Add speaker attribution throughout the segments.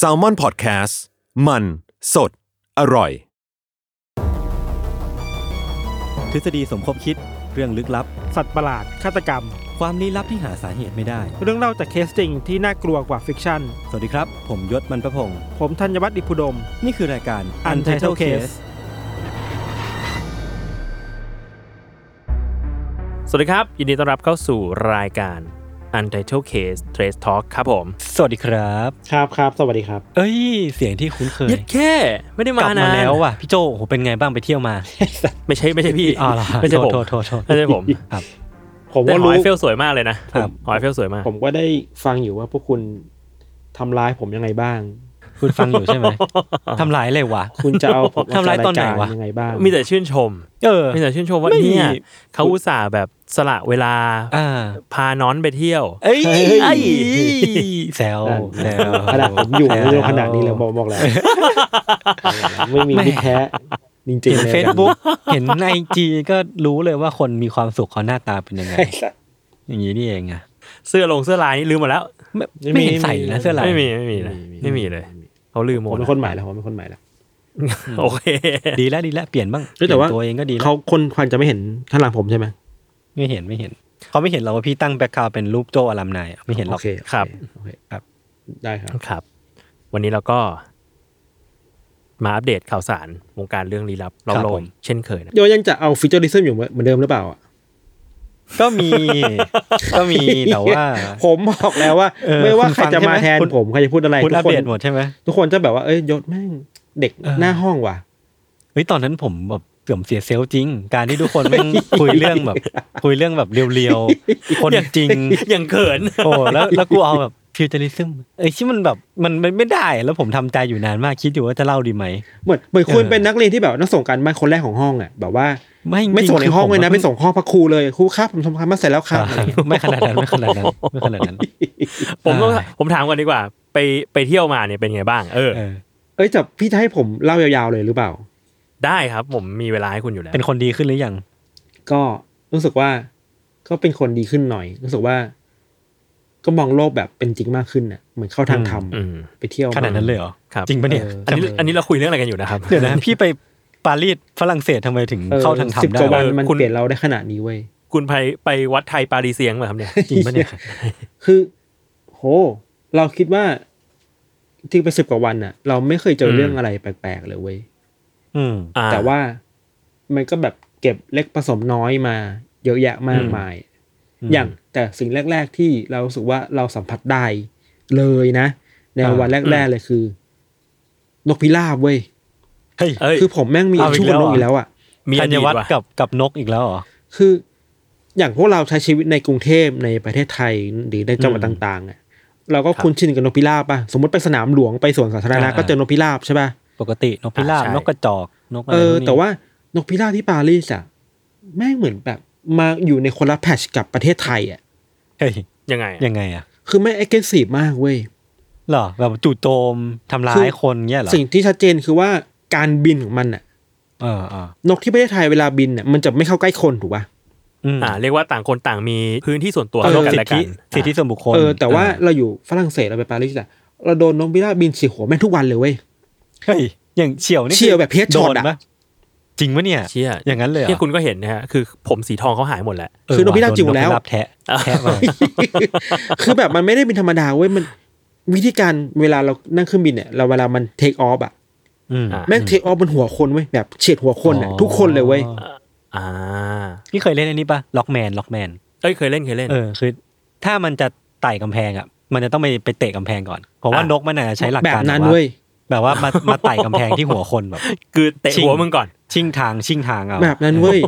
Speaker 1: s a l m o n PODCAST มันสดอร่อย
Speaker 2: ทฤษฎีสมคบคิดเรื่องลึกลับ
Speaker 3: สัตว์ประหลาด ฆาตกรรม
Speaker 2: ความลี้ลับที่หาสาเหตุไม่ได้
Speaker 3: เรื่องเล่าจากเคสจริงที่น่ากลัวกว่าฟิกชั่น
Speaker 2: สวัสดีครับ ผมยศมันประพงศ์
Speaker 3: ผมธัญวัฒน์อิพุดม
Speaker 2: นี่คือรายการ
Speaker 3: Untitled Case
Speaker 4: สวัสดีครับ ยินดีต้อนรับเข้าสู่รายการ Untitled Case Trace Talk ครับผม
Speaker 2: สวัสดีครับ
Speaker 3: ครับครับ สวัสดีครับ
Speaker 2: เอ้ย เสียงที่คุ้นเคย
Speaker 4: ยัดแค่ไม่ได้
Speaker 2: ก
Speaker 4: มา
Speaker 2: ลั
Speaker 4: นาม
Speaker 2: บาน แล้วว่ะพี่โจโอ้โหเป็นไงบ้างไปเที่ยวมา
Speaker 4: ไม่ใช่ไม่ใช่พี่
Speaker 2: อ๋อเหรอ
Speaker 4: ไม่ใช่ผม
Speaker 2: โทษโทษโทษ
Speaker 4: ไม่ใช่ผม
Speaker 2: ครับ
Speaker 3: ผม
Speaker 4: แต่
Speaker 3: ก็
Speaker 4: หอ
Speaker 3: รู้
Speaker 4: ยเฟลสวยมากเลยนะ
Speaker 3: ผม
Speaker 4: หอยเฟลสวยมาก
Speaker 3: ผมก็ได้ฟังอยู่ว่าพวกคุณทำร้ายผมยังไงบ้าง
Speaker 2: คุณฟังอยู่ใช่ไหม ทำลายเลยวะ
Speaker 3: คุณจะเอา ผมออกจก
Speaker 2: ทำร้ายตอนไหน
Speaker 3: ก
Speaker 2: วะ
Speaker 3: ยังไงบ้าง
Speaker 4: มีแต่ชื่นชม
Speaker 2: เออ
Speaker 4: มีแต่ชื่นชมว่า
Speaker 2: ไม่
Speaker 4: เนี่ยเขาอุตส่าห์แบบสละเวลา
Speaker 2: อ่า
Speaker 4: พาน้อนไปเที่ยว
Speaker 2: เอ้ย
Speaker 4: เอ้ย
Speaker 2: แซวแซว
Speaker 3: ขนาดผมอยู่
Speaker 2: แซว
Speaker 3: ในขนาดนี้แล้วบอกบอกแล้ว ไม่มี
Speaker 2: แม่
Speaker 3: มิตรแท้จริง
Speaker 2: เห็
Speaker 3: ๆ
Speaker 2: น
Speaker 3: เลย
Speaker 2: เฟซบุ๊กเห็นไอจีก็รู้เลยว่าคนมีความสุขเขาหน้าตาเป็นยังไง อย่างนี้นี่เองอะ
Speaker 4: เสื้อลงเสื้อลายนี่ลืมหมดแล้ว
Speaker 2: ไม่
Speaker 3: ไม่
Speaker 2: ไม่เห็
Speaker 3: มี
Speaker 2: นใส่
Speaker 3: ไม่มี
Speaker 2: นะเสื้อลาย
Speaker 4: ไม่มีไม่มีเลย
Speaker 3: ไม่มี
Speaker 4: ไม่มีเลยเขาลืมหม
Speaker 3: ผ
Speaker 4: ด
Speaker 3: มเป็นคนใหม่แล้วผมเป็นคนใหม่แล้ว
Speaker 4: โอเค
Speaker 2: ดีแล้วดีแล้วเปลี่ยนบ้าง
Speaker 3: เฮ้ยแต่ว่า
Speaker 2: เปลี่ยนตัวเองก็ดีแล้ว
Speaker 3: เขาคนควันจะไม่เห็นข้างหลังผมใช่ไหม
Speaker 2: ไม่เห็นไม่เห็นเขาไม่เห็นเราว่าพี่ตั้งแบ็คกราวเป็นรูปโจอลัมไนายไม่เห็นหร
Speaker 3: โอ
Speaker 2: อก
Speaker 3: เคโอเ
Speaker 4: ครับ
Speaker 3: โอเค
Speaker 2: ครับ
Speaker 3: ได้ครับ
Speaker 4: ครับ วันนี้เราก็ มาอัปเดตข่าวสารวงการเรื่องลี้ลับเรา
Speaker 2: ครับ
Speaker 4: โล
Speaker 2: ผ
Speaker 4: ง
Speaker 2: ม
Speaker 4: เช่นเคยนะ
Speaker 3: โยยังจะเอาฟิชเจอริซึมอยู่เหมือนเดิมหรือเปล่าอะ
Speaker 2: ก็มี ก็มีแต่ว่า
Speaker 3: ผมบอกแล้วว่า
Speaker 2: เออ
Speaker 3: ไม่ว่า
Speaker 2: คุณฟั
Speaker 3: ใคร
Speaker 2: ง
Speaker 3: จะมา
Speaker 2: ใช่ไหม
Speaker 3: แทน
Speaker 2: คุณ
Speaker 3: ผมใครจะพูดอะไร
Speaker 2: คุณ
Speaker 3: ทุ
Speaker 2: อั
Speaker 3: ก
Speaker 2: ป
Speaker 3: ค
Speaker 2: เด
Speaker 3: น
Speaker 2: ตหมดใช่ไหม
Speaker 3: ทุกคนจะแบบว่าเอ้ยยศแม่งเด็ก
Speaker 2: เออ
Speaker 3: หน้าห้องว่ะ
Speaker 2: เฮ้ยตอนนั้นผมแบบเสื่อมเสียเซลล์จริง การที่ทุกคนแม่ง คุยเรื่องแบบ คุยเรื่องแบบเรียวๆ คนจริง
Speaker 4: อย่างเขิน
Speaker 2: โอ้แล้วแล้วกูเอาแบบฟิวเจอริซึมเอ้ยที่มันแบบมันมันไม่ได้แล้วผมทำใจอยู่นานมากคิดอยู่ว่าจะเล่าดีไหม
Speaker 3: เหมือนเหมือนคุณ
Speaker 2: เออ
Speaker 3: เป็นนักเรียนที่แบบนักส่งการบ้านคนแรกของห้องอ่ะแบบว่า
Speaker 2: ไม่จริ
Speaker 3: ไม่ส่งใน
Speaker 2: คือ
Speaker 3: ห้องเลย
Speaker 2: ผ
Speaker 3: นะ
Speaker 2: ม
Speaker 3: ไปส่งห้องพระครูเลยครูครับผมทำการบ้านเสร็จแล้วครับ
Speaker 2: อ่าไม่ขนาดนั้นไม่ขนาดนั้นไม่ขนาด นั้น
Speaker 4: ผมต้อง
Speaker 2: ได้
Speaker 4: ผมถามก่อนดีกว่า ไปไปเที่ยวมาเนี่ยเป็นไงบ้าง เออ
Speaker 2: เออ
Speaker 3: เอ้ยแต่พี่จะให้ผมเล่ายาวๆเลยหรือเปล่า
Speaker 4: ได้ครับผมมีเวลาให้คุณอยู่แล้ว
Speaker 2: เป็นคนดีขึ้นหรือยัง
Speaker 3: ก็รู้สึกว่าก็เป็นคนดีขึ้นหน่อย รู้สึกว่า ก็มองโลกแบบเป็นจริงมากขึ้นน่ะเหมือนเข้าทางธรรม
Speaker 4: อืม
Speaker 3: ไปเที่ยว
Speaker 2: ขนาดนั้นเลยเหรอ
Speaker 4: ครับ
Speaker 2: จริงปะเนี่ย
Speaker 4: อันนี้อันนี้เราคุยเรื่องอะไรกันอยู่นะครับ
Speaker 2: เดี๋ยวนะ พี่ไปปารีสฝรั่งเศสทำไมถึง
Speaker 3: ออ
Speaker 2: เข้าทางธรร
Speaker 3: สิบ
Speaker 2: มได้
Speaker 3: กว่าวั
Speaker 2: วะ
Speaker 3: นมัน
Speaker 4: คุณ
Speaker 3: เปลี่ยนเราได้ขนาดนี้เว้ย
Speaker 4: คุณไปไปวัดไทยปารีเซียงมาครับเนี่ย
Speaker 2: จริงปะเนี่ย
Speaker 3: คือโห เราคิดว่าที่ไปสิบกว่าวันน่ะ เราไม่เคยเจออ
Speaker 4: ม
Speaker 3: เรื่องอะไรแปลกๆเลยเว้ย
Speaker 2: อืม
Speaker 4: อ่
Speaker 3: แต่ว่ามันก็แบบเก็บเล็กผสมน้อยมา เยอะแยะมากมาย
Speaker 2: อืม
Speaker 3: อย่างแต่สิ่งแรก ๆ ที่เรารู้สึกว่าเราสัมผัสได้เลยนะ ใน
Speaker 2: อ่า
Speaker 3: วันแรก ๆ เลยคือ นกพิราบเว้ย
Speaker 2: เฮ้ย
Speaker 4: เอ้ย
Speaker 3: คือผมแม่งมี
Speaker 2: เอาอีก
Speaker 3: ชู้กับ
Speaker 2: แล้วเหร
Speaker 3: นก
Speaker 2: อ
Speaker 3: อีกแล้วอ่ะ
Speaker 4: มีอ
Speaker 2: ธัญ
Speaker 4: ดีต
Speaker 2: วัฒ
Speaker 4: ว่ะ
Speaker 2: น์กับกับนกอีกแล้วเหรอ
Speaker 3: คืออย่างพวกเราใช้ชีวิตในกรุงเทพในประเทศไทยหรือในจังหวัด
Speaker 2: อืม
Speaker 3: ต่างๆอ่ะเราก็
Speaker 4: ครับ
Speaker 3: คุ้นชินกับนกพิราบป่ะสมมติไปสนามหลวงไปสวนสาธารณะ
Speaker 2: อ่า
Speaker 3: ก็เจอนกพิราบใช่ป่ะ
Speaker 2: ปกตินกพิราบ
Speaker 4: อ่าใช่
Speaker 2: นกกระจอกนกอะไร
Speaker 3: เอ
Speaker 2: พ
Speaker 3: อ
Speaker 2: กนี้
Speaker 3: แต่ว่านกพิราบที่ปารีสอ่ะแม่งเหมือนแบบมาอยู่ในคนละแพทชกับประเทศไทยอ่ะ
Speaker 2: เฮ้ย
Speaker 4: ยังไง
Speaker 2: ยังไงอะ
Speaker 3: คือไม่ a g g r e s s i v e มากเว้ย
Speaker 2: เหรอแบบจู่โจมทำร้า
Speaker 3: คือ
Speaker 2: ยคนเงี้ยเหรอ
Speaker 3: สิ่งที่ชัดเจนคือว่าการบินของมันอ่ะ
Speaker 2: เออเออน
Speaker 3: กที่ประเทศไทยเวลาบินอ่ะมันจะไม่เข้าใกล้คนถูกป่ะ
Speaker 2: อืม
Speaker 4: อ่า เรียกว่าต่างคนต่างมีพื้นที่ส่วนตัว
Speaker 2: เอ
Speaker 4: ร่วม
Speaker 2: อ
Speaker 4: กัน
Speaker 2: สิท
Speaker 4: และกั
Speaker 2: ธิ
Speaker 4: น
Speaker 2: สิทธิส่วนบุคคล
Speaker 3: เออแต่ว่า
Speaker 2: อ่
Speaker 3: เราอยู่ฝรั่งเศสเราไปปารีสอ่ะเราโดนนกพิราบบินฉีกหัวแม่งทุกวันเลยเว้ย
Speaker 2: เฮ้ยอย่างเฉียวนี่
Speaker 3: เฉี่ยวแบบ headshot
Speaker 2: โดนป
Speaker 3: อะ
Speaker 2: จริงปะเนี่ย
Speaker 4: เชี่ย
Speaker 2: อย่างนั้นเลยเหรอ
Speaker 4: ที่ยคุณก็เห็นนะฮะคือผมสีทองเขาหายหมดแล้ว
Speaker 2: เออ
Speaker 3: คือนกพิรา
Speaker 2: ะ
Speaker 3: บ
Speaker 2: โด
Speaker 3: จิ๋วแล้ว
Speaker 2: นกพิราบแทะแทะมา
Speaker 3: คือแบบมันไม่ได้บินธรรมดาเว้ยมันวิธีการเวลาเรานั่งเครื่องบินเนี่ยเราเวลามันเทคออฟอ่ะ
Speaker 2: อืม
Speaker 4: อ่ะ
Speaker 3: แม่งเทคออฟบนหัวคนเว้ยแบบเฉียดหัวคนอ่ะ
Speaker 2: อ๋อ
Speaker 3: ทุกคนเลยเว้ย
Speaker 4: อ่า
Speaker 2: พี่เคยเล่นอันนี้ปะล็อกแมนล็อกแมน
Speaker 4: เอ้ยเคยเล่นเคยเล่น
Speaker 2: เออคือถ้ามันจะไต่กำแพงอ่ะ มันจะต้องไปไปเตะกำแพงก่อนเพราะว่า
Speaker 4: อ่ะ
Speaker 2: นกมันอาจจะใช้หลัก
Speaker 3: แบ
Speaker 2: กา
Speaker 3: บ
Speaker 2: ร
Speaker 3: นั้น
Speaker 2: แบบว่า
Speaker 3: เว้ย
Speaker 2: แบบว่ามามาไต่กำแพงที่หัวคนแบบ
Speaker 4: คือเตะ
Speaker 2: ชิง
Speaker 4: หัวมึงก่อน
Speaker 2: ชิงทางชิงทางเอา
Speaker 3: แบบนั้น เว้ย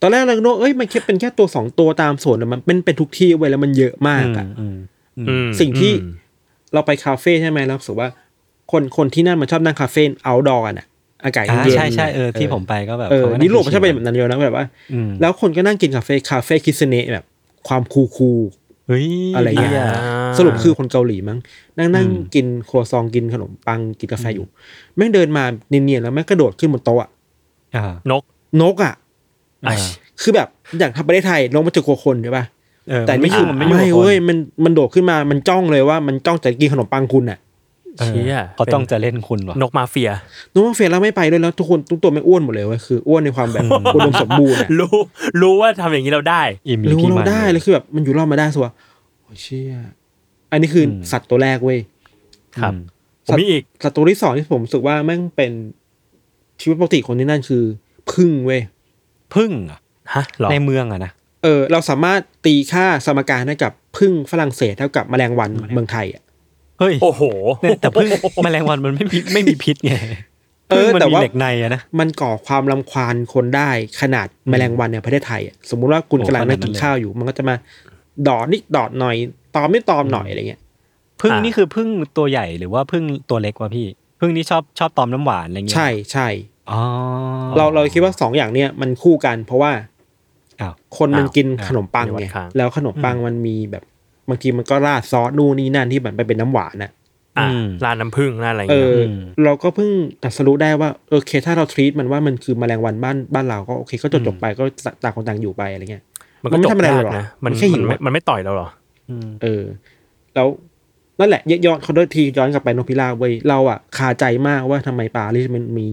Speaker 3: ตอนแรกเราโน้เอ้ยมันแค่เป็นแค่ตัวสองตัวตามส่วนอะมันเป็นเป็นทุกที่เว้ยแล้วมันเยอะมาก
Speaker 2: อืม
Speaker 3: อ่ะ
Speaker 2: อืมอืม
Speaker 4: อืม
Speaker 3: สิ่งที่
Speaker 4: อืม
Speaker 3: เราไปคาเฟ่ใช่ไหมเรารู้สึกว่า คนคนที่นั่นมันชอบนั่งคาเฟ่เอาดอกันอะอากาศ
Speaker 2: อ่า
Speaker 3: เย็นๆ
Speaker 2: ใช่ใช่เออที่ผมไปก็แบบ
Speaker 3: เออ
Speaker 2: ขาก็ง
Speaker 3: ยุโรปมันชอบเป็น
Speaker 2: ชิ
Speaker 3: แบ
Speaker 2: ว
Speaker 3: บนั้นเยอะนะแบบว่า
Speaker 2: ๆอืม
Speaker 3: แล้วคนก็นั่งกินคาเฟ่คาเฟ่คิสเนะแบบความคูลคูล
Speaker 2: เฮ้ย
Speaker 3: อะไรเงี้ย
Speaker 2: อ่า
Speaker 3: สรุปคือคนเกาหลีมั้งนั่งนั่ง
Speaker 2: อืม
Speaker 3: กินครัวซองกินขนมปังกินกาแฟอยู่ แม่งเดินมาเนียนๆแล้วแม่งกระโดดขึ้นบนโต๊ะอะ
Speaker 2: อ่าน
Speaker 4: ก
Speaker 3: นกอะ
Speaker 2: อ่า
Speaker 3: คือแบบอย่างทำประเทศไทยนกมันจะกลัวคนใช่ปะ
Speaker 2: เออ
Speaker 3: แต่นี่คือ
Speaker 2: มัน
Speaker 3: ไม่
Speaker 2: ไม่ยู่กับคน
Speaker 3: เว้ยมันมันโดดขึ้นมามันจ้องเลยว่ามันจ้องจะกินขนมปังคุณอะ
Speaker 2: เออ
Speaker 4: เชี่ย
Speaker 2: เขาต้องจะเล่นคุณว่ะ
Speaker 4: นกมาเฟีย
Speaker 3: น้องเฟรนแล้วไม่ไปด้วยแล้วทุกคนทุกตัวไม่งอ้วนหมดเลยเว้ยคืออ้วนในความ แบบอุดมสมบูรณ์อะ
Speaker 4: รู้ รู้ว่าทำอย่างนี้เราได้
Speaker 2: อิ มิ
Speaker 3: รู้
Speaker 2: กิ
Speaker 3: เรา
Speaker 2: มัน
Speaker 3: ได้เลยคือแบบมันอยู่รอดมาได้สัวะโอ้เชี่ยอันนี้คืออ
Speaker 2: ม
Speaker 3: สัตว์ตัวแรกเว้ย
Speaker 4: ครับ
Speaker 2: อืม
Speaker 4: ผมมีอีก
Speaker 3: สัตว์ตัวที่สองที่ผมรู้สึกว่าแม่งเป็นชีวิตปกติคนที่นั่นคือพึ่งเว้ย
Speaker 2: พึ่งอะ
Speaker 4: ฮะเหรอ
Speaker 2: ในเมืองอะนะ
Speaker 3: เออ เราสามารถตีค่าสมการให้กับพึ่งฝรั่งเศสเท่ากับแมลงวันเมืองไทยอ่ะ
Speaker 2: เฮ้ย
Speaker 4: โอ้โห
Speaker 2: เนี่ยแต่พึ่งแมลงวันมันไม่มีไม่มีพิษไง
Speaker 3: เออ
Speaker 2: พึ่งมัน
Speaker 3: แต่
Speaker 2: มี
Speaker 3: ว่า
Speaker 2: เหล็กในอะนะ
Speaker 3: มันก่อความรำคาญคนได้ขนาดแมลงวันในประเทศไทยอะสมมุติว่าคุณ
Speaker 2: โอ้
Speaker 3: กำลังนั่งกิน
Speaker 2: ขนาดนั้นเลย
Speaker 3: ข้าวอยู่ มันก็จะมาดอดนิดดอดหน่อย ตอมนิดตอมหน่อยอะไรเงี้ย
Speaker 2: พึ่ง
Speaker 4: อ่านี่
Speaker 2: นี่คือพึ่งตัวใหญ่หรือว่าพึ่งตัวเล็กวะพี่ พึ่งนี่ชอบชอบตอมน้ำหวานอะไรเงี้ย
Speaker 3: ใช่ใช่
Speaker 2: อ๋อ
Speaker 3: เราเราคิดว่าสองอย่างเนี้ยมันคู่กันเพราะว่า
Speaker 2: อ้าว
Speaker 3: คนมัน
Speaker 4: อ้าว
Speaker 3: กิน
Speaker 4: อ้าว
Speaker 3: ขนมปัง
Speaker 4: มีวั
Speaker 3: ไง
Speaker 4: ดค้าง
Speaker 3: แล้วขนมปังมันมีแบบบางทีมันก็ราดซอสนู่นนี่นั่นที่มันไปเป็นน้ำหวานน่ะ
Speaker 4: อ่ะ
Speaker 2: อืม
Speaker 4: ลานน้ำผึ้งลานอะไร
Speaker 3: เอ
Speaker 4: เงี้ย
Speaker 3: อ
Speaker 2: ม
Speaker 3: เราก็เพิ่งตรัดสรุได้ว่าโอเค ถ้าเราทรีตมันว่ามันคือแมลงวันบ้านบ้านเราก็โอเคก็จบจบไปก็ต่างคนต่างอยู่ไปอะไรเงี้ย
Speaker 4: มันก็
Speaker 3: มันไม่ทำ
Speaker 4: จบ
Speaker 3: อะไร
Speaker 4: ยาก
Speaker 3: หรอ
Speaker 4: นะ มัน
Speaker 3: มันแค่
Speaker 4: มัน
Speaker 3: หิว
Speaker 4: ไม่
Speaker 3: อะ
Speaker 4: มันไม่ต่อยเราหรอ
Speaker 2: อืม
Speaker 3: เออ แล้วนั่นแหละย้อนเขาด้วยทีย้อนกลับไปนกพิราบเว้ยเราอะคาใจมากว่าทำไมปารีสมันมี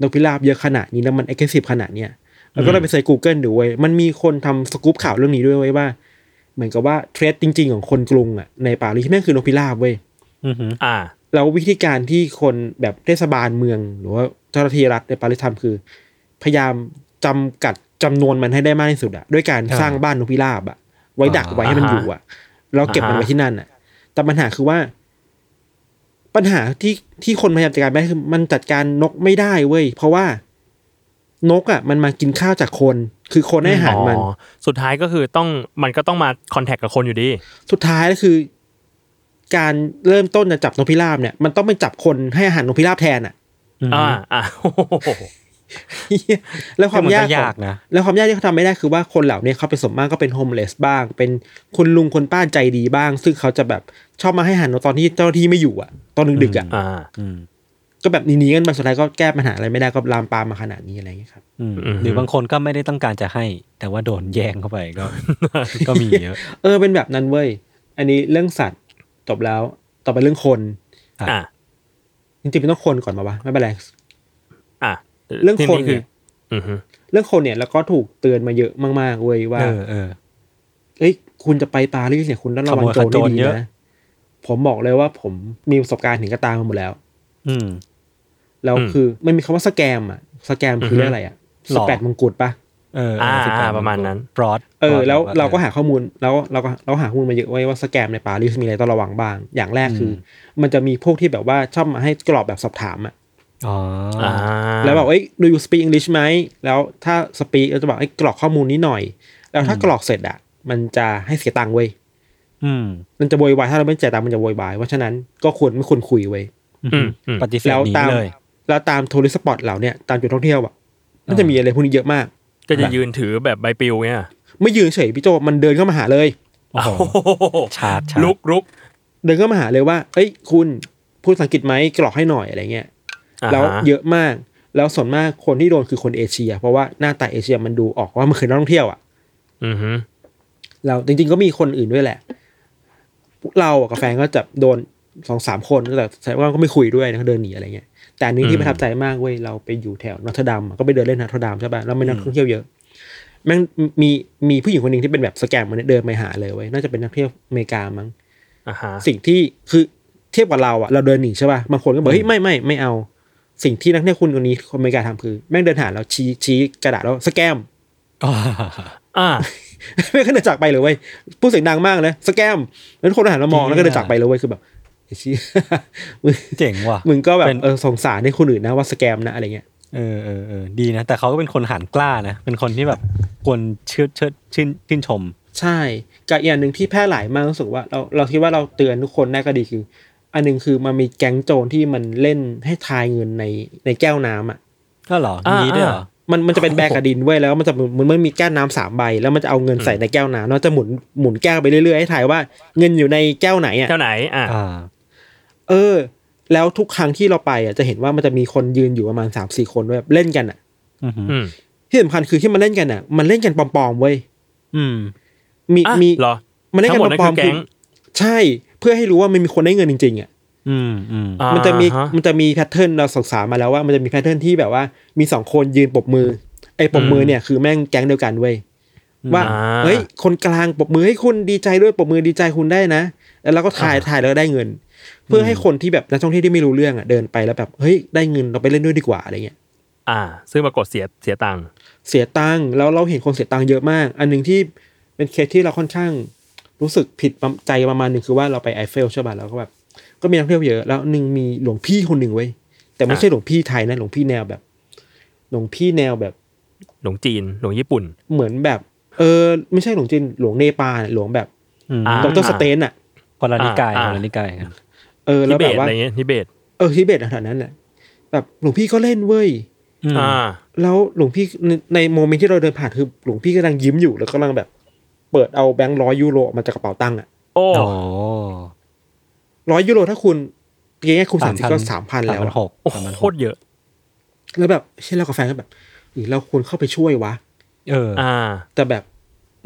Speaker 3: นกพิราบเยอะขนาดนี้แล้วมันเอ็กซ์ซีฟขนาดเนี้ยแล้วก็เลยไปเสิร์ช Google ดูเว้ยมันมีคนทำสกู๊ปข่าวเรื่องนี้ด้วยเว้ยว่า เหมือนกับว่าเทรดจริง ๆ ของคนกรุงอะในปารีสแม่งคือนกพิราบเว้ย
Speaker 2: อือหือ
Speaker 4: อ่า
Speaker 3: แล้ววิธีการที่คนแบบเทศบาลเมือง หรือว่าเจ้าหน้าที่รัฐในปารีสทำคือ พยายามจำกัดจำนวนมันให้ได้มากที่สุดอะด้วยการสร้างบ้านนกพิราบอะไว้ดักไว้ให้มันอยู่อะ แล้วเก็บมัน
Speaker 4: อ่าฮะ
Speaker 3: ไว้ที่นั่นน่ะ แต่ปัญหาคือว่า ปัญหาที่ที่คนพยายามจัดการไม่ได้คือมันจัดการนกไม่ได้เว้ย เพราะว่านกอ่ะ มันมากินข้าวจากคน คือคนให้อาหารมัน
Speaker 4: อ๋อสุดท้ายก็คือต้องมันก็ต้องมาคอนแทคกับคนอยู่ดี
Speaker 3: สุดท้ายก็คือ การเริ่มต้นจะจับนกพิราบเนี่ย มันต้องไปจับคนให้อาหารนกพิราบแทนอ่ะ
Speaker 2: อือหื
Speaker 4: อ่า
Speaker 2: อ
Speaker 4: อ่าโอ้โห
Speaker 3: เหี้ยแล้วความ
Speaker 2: ซึ่งน
Speaker 3: ยากข
Speaker 2: ยา
Speaker 3: อก ง
Speaker 2: นะ
Speaker 3: แล้วความยากที่เขาทำไม่ได้คือว่าคนเหล่านี้เขาเป็นสมมากก็เป็นโฮมเลสบ้าง เป็นคุณลุงคนป้าใจดีบ้าง ซึ่งเขาจะแบบชอบมาให้อาหารนกตอนที่เจ้าหน้าที่ไม่อยู่อ่ะ ตอนดึกๆอ่ะ
Speaker 4: อ่า
Speaker 2: อืม
Speaker 3: ก็แบบหนีๆกันมาสุดท้ายก็แก้ปัญหาอะไรไม่ได้ก็ลามปามมาขนาดนี้อะไรอย่างเงี้ยครับ
Speaker 2: อืม
Speaker 4: อือหือ
Speaker 2: หรือบางคนก็ไม่ได้ต้องการจะให้ แต่ว่าโดนแย่งเข้าไปก็ ก็มีเยอะ
Speaker 3: เออเป็นแบบนั้นเว้ย อันนี้เรื่องสัตว์จบแล้วต่อไปเรื่องคน
Speaker 4: อ่า
Speaker 3: จริงๆเป็นต้องคนก่อนมาวะไม่เป็นไร
Speaker 4: อ่า
Speaker 3: เรื่องคน
Speaker 4: คื
Speaker 3: เนี่
Speaker 4: อยอือฮึ
Speaker 3: เรื่องคนเนี่ยแล้วก็ถูกเตือนมาเยอะมากๆเว้ยว่า
Speaker 2: เออเออ
Speaker 3: เอ้ยคุณจะไปปารีสเนี่ยคุณต้องระวังโจร
Speaker 2: ขโมยขโจร
Speaker 3: ให้ดี
Speaker 2: เยอะ
Speaker 3: นะผมบอกเลยว่าผมมีประสบการณ์ถึงกระตามมาหมดแล้ว
Speaker 2: อืม
Speaker 3: แล้วคือไม่มีคำว่าสแกมอ่ะสแกมคือเรื่องอะไรอ่ะ
Speaker 2: ห
Speaker 3: ส
Speaker 2: ลอก
Speaker 3: แปดมงกุฎปะ
Speaker 2: เออ
Speaker 4: อ่า
Speaker 2: สิบแด
Speaker 4: อ่าประมาณนั้น
Speaker 2: บรอด
Speaker 3: เออแล้ว
Speaker 2: บอด
Speaker 3: เราก็หาข้อมูลแล้วเราก็เราหาข้อมูลมาเยอะไว้ว่าสแกมในปารีสมีอะไรต้องระวังบ้าง อย่างแรกคืออมันจะมีพวกที่แบบว่าชอบมาให้กรอบแบบสอบถามอะ
Speaker 2: อ๋อ
Speaker 4: อ่า
Speaker 3: แล้วบอกเอ้ย do you speak English ไหมแล้วถ้า speak เราจะบอกไอ้ยกรอกข้อมูลนี้หน่อย แล้วถ้ากรอกเสร็จอะมันจะให้เสียตังค์เว้ย
Speaker 2: อืม
Speaker 3: มันจะโวยวายถ้าเราไม่จ่ายตังค์มันจะโวยวายเพราะฉะนั้นก็ควรไม่ควรคุยเว้ย
Speaker 4: อืมอืม
Speaker 2: ปฏิเสธ
Speaker 3: แล้ว
Speaker 2: หนี
Speaker 3: ตาม
Speaker 2: เลย
Speaker 3: แล้วตามทัวริสปอตเหล่าเนี่ยตามจุดท่องเที่ยวอะมันจะมีอะไรพวกนี้เยอะมาก
Speaker 4: ก็จะยืนถือแบบใบปลิวเนี่ย
Speaker 3: ไม่ยืนเฉยพี่โจมันเดินเข้ามาหาเลย
Speaker 2: โอ้โห
Speaker 4: โอ้โห
Speaker 2: ชาร์จชาร์จ
Speaker 4: ลุกลุก
Speaker 3: เดินเข้ามาหาเลยว่า เอ้ย คุณพูดภาษาอังกฤษไหมกรอกให้หน่อยอะไรเงี้ย
Speaker 4: อ่าฮะ
Speaker 3: แล้วเยอะมาก แล้วส่วนมากคนที่โดนคือคนเอเชีย เพราะว่าหน้าตาเอเชียมันดูออกว่ามันคือนักท่องเที่ยวอะ่ะ
Speaker 4: อือฮึ
Speaker 3: แล้วจริงๆก็มีคนอื่นด้วยแหละ เราอะกับแฟนก็จะโดนสองสามคนแต่แฟนก็ไม่คุยด้วยนะก็เดินหนีอะไรเงี้ย แต่อันหนึงที่ประทับใจมากเว้ย เราไปอยู่แถวนอทดัมก็ไปเดินเล่นนอทดัมใช่ป่ะ แล้วมีนักท่องเที่ยวเยอะ แม่งมีมีผู้หญิงคนหนึ่งที่เป็นแบบสแกมมันยเดินไปหาเลยเว้ย น่าจะเป็นนักเที่ยวอเมริกามั้ง
Speaker 4: อ่าฮะ
Speaker 3: สิ่งที่คือเทียบกับเราอะเราเดินหนีใช่ป่ะบางคนก็บอกเฮ้ยไม่ไม่ไม่เอา สิ่งที่นักเที่ยวคุณคนนี้คนอเมริกาทำคือ แม่งเดินหาเราชี้ชี้กระดาษแล้วสแกม
Speaker 4: อ่า
Speaker 3: แม่งก็เดินจากไปเลยเว้ยพูดเสียงดังมากเลยสแกมแล้วทุกคนก็หันมามอง
Speaker 2: เจ๋งอะ
Speaker 3: แล้วก็เดินจากไปเลยเว้ยคือ แบบไอ้ชี้ มึง
Speaker 2: เจ๋งว่ะ
Speaker 3: มึงก็แบบ
Speaker 2: เป็น
Speaker 3: เออสงสารให้คนอื่นนะว่าสแกมนะอะไรเงี้ย
Speaker 2: เออเออเออดีนะ แต่เขาก็เป็นคนหันกล้านะ เป็นคนที่แบบควรเชิดเชิดชื่นชื่นชม
Speaker 3: ใช่กับอีกอย่างหนึ่งที่แพร่หลายมากรู้สึกว่าเราเราคิดว่าเราเตือนทุกคนได้ก็ดีคือ อันหนึงคือมันมีแก๊งโจรที่มันเล่นให้ทายเงินในในแก้วน้ำอ่ะ
Speaker 2: ก็เหรอ
Speaker 4: อ่ามี
Speaker 2: มีด้วยเหรอ
Speaker 3: มันมันจะเป็นแบกกระดินเว้ยแล้วมันจะเหมือนมันมีแก้วน้ำสามใบ แล้วมันจะเอาเงินใส่ในแก้วน้ำแล้วจะหมุนหมุนแก้วไปเรื่อยๆให้ทายว่าเงินอยู่ในแก้วไหนอ่ะ
Speaker 4: เจ้าไหนอ่ะ
Speaker 2: อ่า
Speaker 3: เออ แล้วทุกครั้งที่เราไปอ่ะจะเห็นว่ามันจะมีคนยืนอยู่ประมาณสามสี่คนด้วยเล่นกันอ่ะ
Speaker 2: อือหือ
Speaker 4: อืม
Speaker 3: ที่สำคัญคือที่มันเล่นกันอ่ะ มันเล่นกันปลอมๆเว้ย
Speaker 2: อืม
Speaker 3: มี
Speaker 4: อ่ะ
Speaker 3: มี
Speaker 4: เหรอ
Speaker 3: มันเล่น
Speaker 4: ทั้
Speaker 3: กัน
Speaker 4: งหมดนั่น
Speaker 3: ปล
Speaker 4: คือ อ
Speaker 3: มๆคื
Speaker 4: แก๊
Speaker 3: อง ใช่เพื่อให้รู้ว่ามันมีคนได้เงินจริงๆอ่ะ
Speaker 2: อืมอืม
Speaker 4: อ่า
Speaker 3: มันจะมี
Speaker 4: ฮะ
Speaker 3: มันจะมีแพทเทิร์นเราศึกษามาแล้วว่ามันจะมีแพทเทิร์นที่แบบว่ามีสองคนยืนปรบมือ ไอ้ปรบมือเนี่ยคือแม่งแก๊งเดียวกันเว้ยว่า
Speaker 4: อ่า
Speaker 3: เฮ้ยคนกลางปรบมือให้คุณดีใจด้วยปรบมือดีใจคุณได้นะ แล้วเราก็ถ่ายถ่ายแล้วก็ได้เงิน เพื่อให้คนที่แบบนักท่องเที่ยวที่ไม่รู้เรื่องอ่ะเดินไปแล้วแบบเฮ้ยได้เงินเราไปเล่นด้วยดีกว่าอะไรเงี้ย
Speaker 4: อ่า ซึ่งปรากฏเสียเสียตังค์
Speaker 3: เสียตังค์แล้วเราเห็นคนเสียตังค์เยอะมาก อันหนึ่งที่เป็นเคสที่เราค่อนข้างรู้สึกผิดใจประมาณหนึ่งคือว่าเราไปไอเฟลใช่ป่ะแล้วก็แบบก็มีนักท่องเที่ยวเยอะแล้วหนึ่งมีหลวงพี่คนหนึ่งเว้ย แต่ไม่ใช่หลวงพี่ไทยนะหลวงพี่แนวแบบ หลวงพี่แนวแบบ
Speaker 4: หลงจีนหลงญี่ปุ่น
Speaker 3: เหมือนแบบ เออ ไม่ใช่หลวงจีนหลวงเนปาลน่ะหลวงแบบ
Speaker 2: อืม
Speaker 4: อ่า
Speaker 3: ดรสเตนอ่ะ
Speaker 2: คนละนิกาย
Speaker 4: อ่า
Speaker 2: คนละนิกายกัน
Speaker 3: เออ
Speaker 4: ทิ
Speaker 3: แล้ว
Speaker 4: เบ
Speaker 3: แบ
Speaker 4: ต
Speaker 3: บ
Speaker 4: อะ
Speaker 3: ว่า
Speaker 4: ไรเงี้ยทิเบต
Speaker 3: เออทิเบตแถวนั้นแหละแบบหลวงพี่ก็เล่นเว้ย
Speaker 2: อืม
Speaker 4: อ่า
Speaker 3: แล้วหลวงพี่ในในโมเมนต์ที่เราเดินผ่านคือหลวงพี่กำลังยิ้มอยู่แล้วกำลังแบบ เปิดเอาแบงค์ร้อยยูโรออกมาจากกระเป๋าตังค์อ่ะ
Speaker 4: โอ้
Speaker 2: โอ้
Speaker 3: ร้อยยูโรถ้าคุณเงี้ยคุณสามสิบก็สามพัน
Speaker 2: สา
Speaker 3: แล้
Speaker 2: ม
Speaker 3: ว
Speaker 2: พัน
Speaker 3: อะ
Speaker 2: หก
Speaker 4: โอ้
Speaker 2: สามพัน
Speaker 4: โค
Speaker 2: หก
Speaker 4: ตรเยอะ
Speaker 3: แล้วแบบเช่นเรากับแฟนก็แบบหรือเราควรเข้าไปช่วยวะ
Speaker 2: เอออ
Speaker 4: อ่า
Speaker 3: แต่แบบ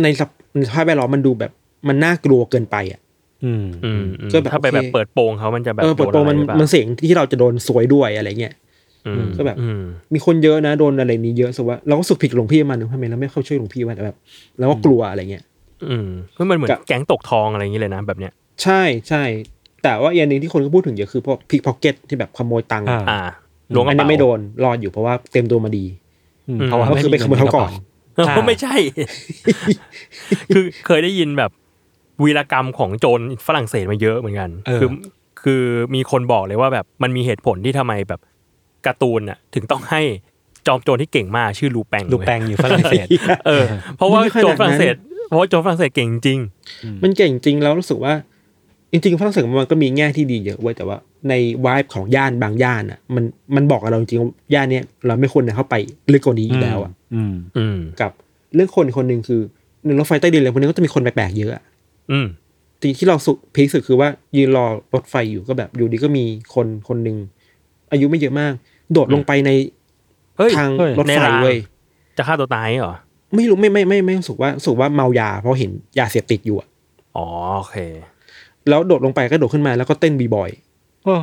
Speaker 3: ในสภในสภาพแวดล้อมมันดูแบบมันน่ากลัวเกินไปอ่ะ
Speaker 2: อืม
Speaker 4: อืม
Speaker 3: ก็แบบ
Speaker 4: ถ้าไป
Speaker 3: โอเค
Speaker 4: แบบเปิดโปงเขามันจะแบบ
Speaker 3: เออเปิดโปงมัน
Speaker 4: โดอะไหรือเปล่า
Speaker 3: มันเสียงที่เราจะโดนสวยด้วยอะไรเงี้ย
Speaker 4: อืม
Speaker 3: ก็แบบ
Speaker 4: อืม
Speaker 3: มีคนเยอะนะโดนอะไรนี้เยอะสุว่าเราก็รู้สุกผิดกับหลวงพี่มันทำไมเราไม่เข้าช่วยหลวงพี่มันแบบเราก็กลัวอะไรเงี้ย
Speaker 4: อืมก็มันเหมือน
Speaker 3: กับ
Speaker 4: แก๊งตกทองอะไรอย่างเงี้ยเลยนะแบบเนี้ย
Speaker 3: ใช่ใช่แต่ว่าอย่างหนึ่งที่คนก็พูดถึงเยอะคือพวกพิกพ็อกเก็ตที่แบบขโมยตังค์
Speaker 2: อ่า
Speaker 4: อ่าล้วงก
Speaker 3: อั
Speaker 4: ระ
Speaker 3: นนี้
Speaker 4: เป๋า
Speaker 3: ไม่โดนรอดอยู่เพราะว่าเต็มตัวมาดี
Speaker 2: อืม
Speaker 4: อืม
Speaker 2: เพราะว่า
Speaker 3: ก็คือไปขโมยเขาก่อน
Speaker 4: เออไม่ใช่ คือเคยได้ยินแบบวีรกรรมของโจรฝรั่งเศสมาเยอะเหมือนกัน คือคือมีคนบอกเลยว่าแบบมันมีเหตุผลที่ทำไมแบบการ์ตูนน่ะ ถึงต้องให้จอมโจรที่เก่งมากชื่อลูแปง
Speaker 2: ดูแปลงอยู่ฝรั่งเศส
Speaker 4: เออ เพราะว่า
Speaker 3: ไม่ขนาดนั้น
Speaker 4: โจรฝรั่งเศสเพราะว่าโจรฝรั่งเศสเก่งจริง
Speaker 3: มันเก่งจริงแล้วรู้สึกว่า จริงๆฝรั่งเศสมันก็มีแง่ที่ดีเยอะเว้ยแต่ว่าในวายของย่านบางย่านอ่ะมันมันบอกกับเราจริงๆว่าย่านเนี้ยเราไม่ควรจะเข้าไปลึกกว่านี้อีกแล้วอ่ะ
Speaker 2: อืม
Speaker 4: อืม
Speaker 3: กับเรื่องคนคนหนึ่งคือในรถไฟใต้ดินอะไรพวกนี้ก็จะมีคนแปลกๆเยอะอะ
Speaker 4: อืม
Speaker 3: ทีที่เราสุดพีคสุดคือว่ายืนรอรถไฟอยู่ก็แบบอยู่ดีก็มีคนคนหนึ่งอายุไม่เยอะมาก โดดลงไปใน
Speaker 4: เฮ้ย
Speaker 3: ทาง
Speaker 2: เฮ้ย
Speaker 3: รถไฟ
Speaker 4: ในราง
Speaker 3: เว้ย
Speaker 4: จะฆ่าตัวตายเหรอ
Speaker 3: ไม่รู้ไม่ไม่ไม่ไม่รู้สึกว่ารู้สึกว่าเมายาเพราะเห็นยาเสพติดอยู่อะ
Speaker 4: อ๋อโอเค
Speaker 3: แล้วโดดลงไปก็โดดขึ้นมาแล้วก็เต้นบีบอย
Speaker 2: โอ้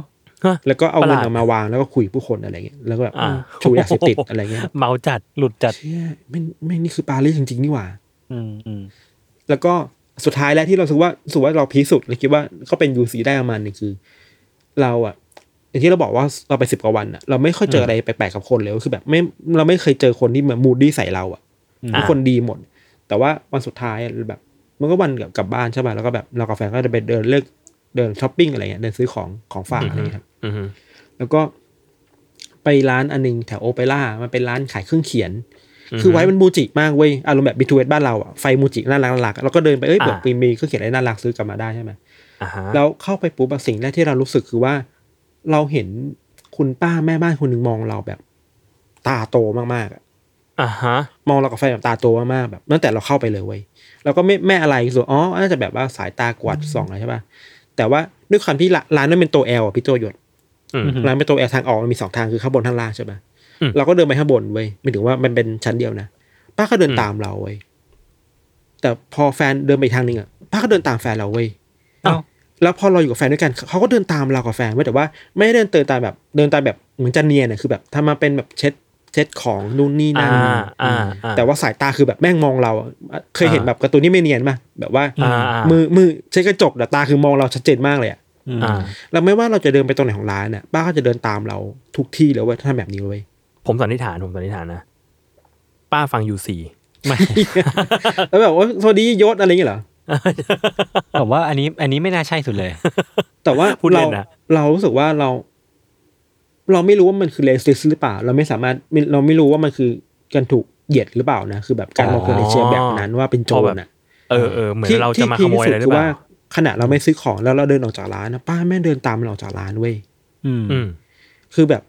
Speaker 3: แล้วก็เอา
Speaker 4: ประห
Speaker 3: เงิ
Speaker 4: ลาน ด
Speaker 3: ออกมาวางแล้วก็คุยกับผู้คนอะไรเงี้ยแล้วก็แบบ
Speaker 4: อ่า
Speaker 3: ชูยาเสพติดอะไรเงี้ย
Speaker 4: เมาจัด
Speaker 2: หลุดจัด
Speaker 3: เชี่ยไม่ไม่นี่คือปารีสจริงๆนี่หว่า
Speaker 2: อืมอืม
Speaker 3: แล้วก็สุดท้ายแล้วที่เราสึกว่าสึกว่าเราพีคสุดเราคิดว่าก็เป็นยูซีได้ประมาณหนึงคือ เราอะอย่างที่เราบอกว่าเราไปสิบกว่าวันอะเราไม่ค่อยเจออะไรแปลกๆกับคนเลยก็คือแบบไม่เราไม่เคยเจอคนที่เหมือนมูดดี้ใส่เราอะทุกคนดีหมด แต่ว่าวันสุดท้ายอะแบบ มันก็วันกลับกลับบ้านใช่ป่ะแล้วก็แบบเรากับแฟนก็จะไปเดินเลือกเดินช้อปปิ้งอะไรเงี้ยเดินซื้อของของฝากอะไรเงี้ยครับ
Speaker 4: อืม
Speaker 3: แล้วก็ไปร้านอันหนึงแถวโอเปร่ามันเป็นร้านขายเครื่องเขียน คือไว้มันมูจิมากเว้ยอารมณ์แบบบิทูเวสบ้านเราอะไฟมูจิน่ารักน่ารักเราก็เดินไปเอ้ย
Speaker 4: อ่า
Speaker 3: แบบมีมีเครื่องเขียนอะไรน่ารักซื้อกลับมาได้ใช่ไหม
Speaker 4: อ่าฮะ
Speaker 3: แล้วเข้าไปปุ๊บอะสิ่งแรกที่เรารู้สึกคือว่า เราเห็นคุณป้าแม่บ้านคนหนึ่งมองเราแบบ ตาโตมากๆอะ
Speaker 4: อ่าฮะ
Speaker 3: มองเรากับแฟนแบบตาโตมากๆแบบตั้งแต่เราเข้าไปเลยเว้ยเราก็ไม่แม่อะไรส่วนอ๋อน่าจะแบบว่าสายตากวาดส่องอะไรใช่ป่ะแต่ว่าด้วยความที่ร้านร้านนั้นเป็นตัวแอลอะพี่โจหยด
Speaker 4: อืม
Speaker 3: ร้านเป็นตัวแอร์ทางออกมันมีสองทางคือข้างบนข้างล่างใช่ไหม
Speaker 4: อืม
Speaker 3: เราก็เดินไปข้างบนเว้ยหมายถึงว่ามันเป็นชั้นเดียวนะป้าก็เดินตามเราเว้ยแต่พอแฟนเดินไปอีกทางหนึงอ่ะป้าก็เดินตามแฟนเราเว้ย
Speaker 2: เอ้า
Speaker 3: แล้วพอเราอยู่กับแฟนด้วยกันเขาก็เดินตามเรากับแฟนเว้ยแต่ว่าไม่ได้เดินเตือนตามแบบเดินตามแบบเหมือนจะเนียนอ่ะคือแบบถ้ามาเป็นแบบเช็ดเช็ดของนู่นนี่
Speaker 4: อ่า
Speaker 3: นั่น
Speaker 4: อ่าอ่า
Speaker 3: แต่ว่าสายตาคือแบบแม่งมองเราอะเคยเห็น
Speaker 4: อ่า
Speaker 3: แบบการ์ตูนที่ไม่เนียนป่ะแบบว่า
Speaker 4: อ่ามื
Speaker 3: มือมือใช้กระจกแต่ตาคือมองเราชัดเจนมากเลยอะ
Speaker 4: อ่า
Speaker 3: เราไม่ว่าเราจะเดินไปตรงไหนของร้านน่ะป้าก็จะเดินตามเราทุกที่เลยเว้ยถ้าทำแบบนี้เว้ย
Speaker 4: ผมสันนิษฐานผมสันนิษฐานนะ ป้าฟังยูซี
Speaker 3: แล้วแบบว่าสวัสดียศอะไรอย่างเงี้ยเหรอ
Speaker 2: ผมว่าอันนี้อันนี้ไม่น่าใช่สุดเลย
Speaker 3: แต่ว่า
Speaker 4: พูด
Speaker 3: เรา
Speaker 4: เล่นนะ
Speaker 3: เรารู้สึกว่าเรา เราไม่รู้ว่ามันคือเลสติสหรือเปล่า เราไม่สามารถไม่เราไม่รู้ว่ามันคือการถูกเหยียดหรือเปล่านะคือแบบการมองคนเอเชียแบบนั้นว่าเป็นโจรน่ะ
Speaker 4: เออเออเหมือน
Speaker 3: ที่
Speaker 4: เราจะมาข
Speaker 3: ที่
Speaker 4: โมย
Speaker 3: ที่
Speaker 4: อะไรหรือเปล่า
Speaker 3: ขณะเราไม่ซื้อของแล้วเราเดินออกจากร้านนะป้าแม่งเดินตามเราออกจากร้านเว้ย
Speaker 2: อืม
Speaker 4: อืม
Speaker 3: คือแบบ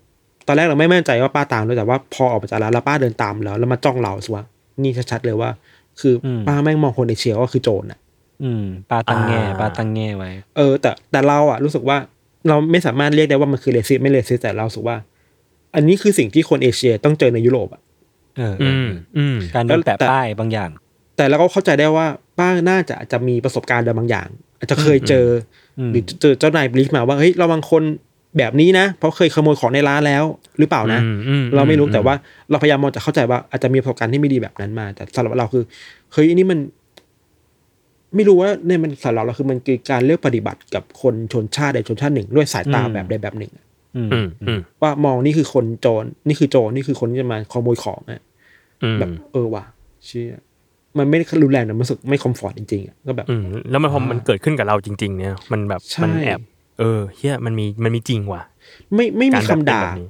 Speaker 3: ตอนแรกเราไม่มั่นใจว่าป้าตามด้วยแต่ว่าพอออกมาจากร้านแล้วป้าเดินตามเราแล้วมาจ้องเราสิวะนี่ชัดๆเลยว่า คืออป้าแม่งมองคนเอเชียว่าคือโจรอ่ะ
Speaker 2: อืมปลาตังแง่
Speaker 4: อ่า
Speaker 2: ปลาตังแง่ไว้
Speaker 3: เออแต่แต่เราอ่ะรู้สึกว่าเราไม่สามารถเรียกได้ว่ามันคือเลซิสไม่เลซิสแต่เรารู้สึกว่า อันนี้คือสิ่งที่คนเอเชียต้องเจอในยุโรปอ่ะ
Speaker 2: เออเอ
Speaker 4: อื
Speaker 2: อ
Speaker 4: มอืม
Speaker 2: การโดนแตะ
Speaker 3: แต่
Speaker 2: ป้ายบางอย่าง
Speaker 3: แต่เราก็เข้าใจได้ว่าป้าน่าจะอาจจะมีประสบการณ์อะไรบางอย่าง อาจจะเคยเจออ
Speaker 2: ม
Speaker 3: หรือเจอเจ้านายบลิฟมาว่าเฮ้ยระวังคนแบบนี้นะ เพราะเคยขโมยของในร้านแล้วหรือเปล่านะ
Speaker 4: อืมอืม
Speaker 3: เราไม่รู้
Speaker 4: อืม
Speaker 3: แต่ว่าเราพยายามมองจะเข้าใจว่าอาจจะมีประสบการณ์ที่ไม่ดีแบบนั้นมา แต่สำหรับเราคือเฮ้ยอันนี่มัน ไม่รู้ว่าเนี่ยมันสำหรับเราคือมันคือการเลือกปฏิบัติกับคนชนชาติใดชนชาติหนึ่ง ด้วยสายตา
Speaker 2: อืม
Speaker 3: แบบใดแบบหนึ่ง
Speaker 2: อืม
Speaker 4: อืมอืม
Speaker 3: ว่ามองนี่คือคนโจรนี่คือโจรนี่คือคนที่จะมาขโมยของอะ
Speaker 4: อืม
Speaker 3: แบบ เออว่ะเชี่ยมันไม่ได้รุนแรงนะมันรู้สึกไม่คอมฟอร์ตจริงๆอะก็แบบ
Speaker 4: อืมแล้วมันพอมันเกิดขึ้นกับเราจริง ๆ เนี่ย มันแบบ
Speaker 3: ใช่
Speaker 4: มันแอบ เออเฮียมันมีมันมีจริงว่ะ
Speaker 3: ไม่ไม่มี
Speaker 4: การ
Speaker 3: คำ
Speaker 4: แบบเป็น
Speaker 3: ด่า
Speaker 4: แบบนี้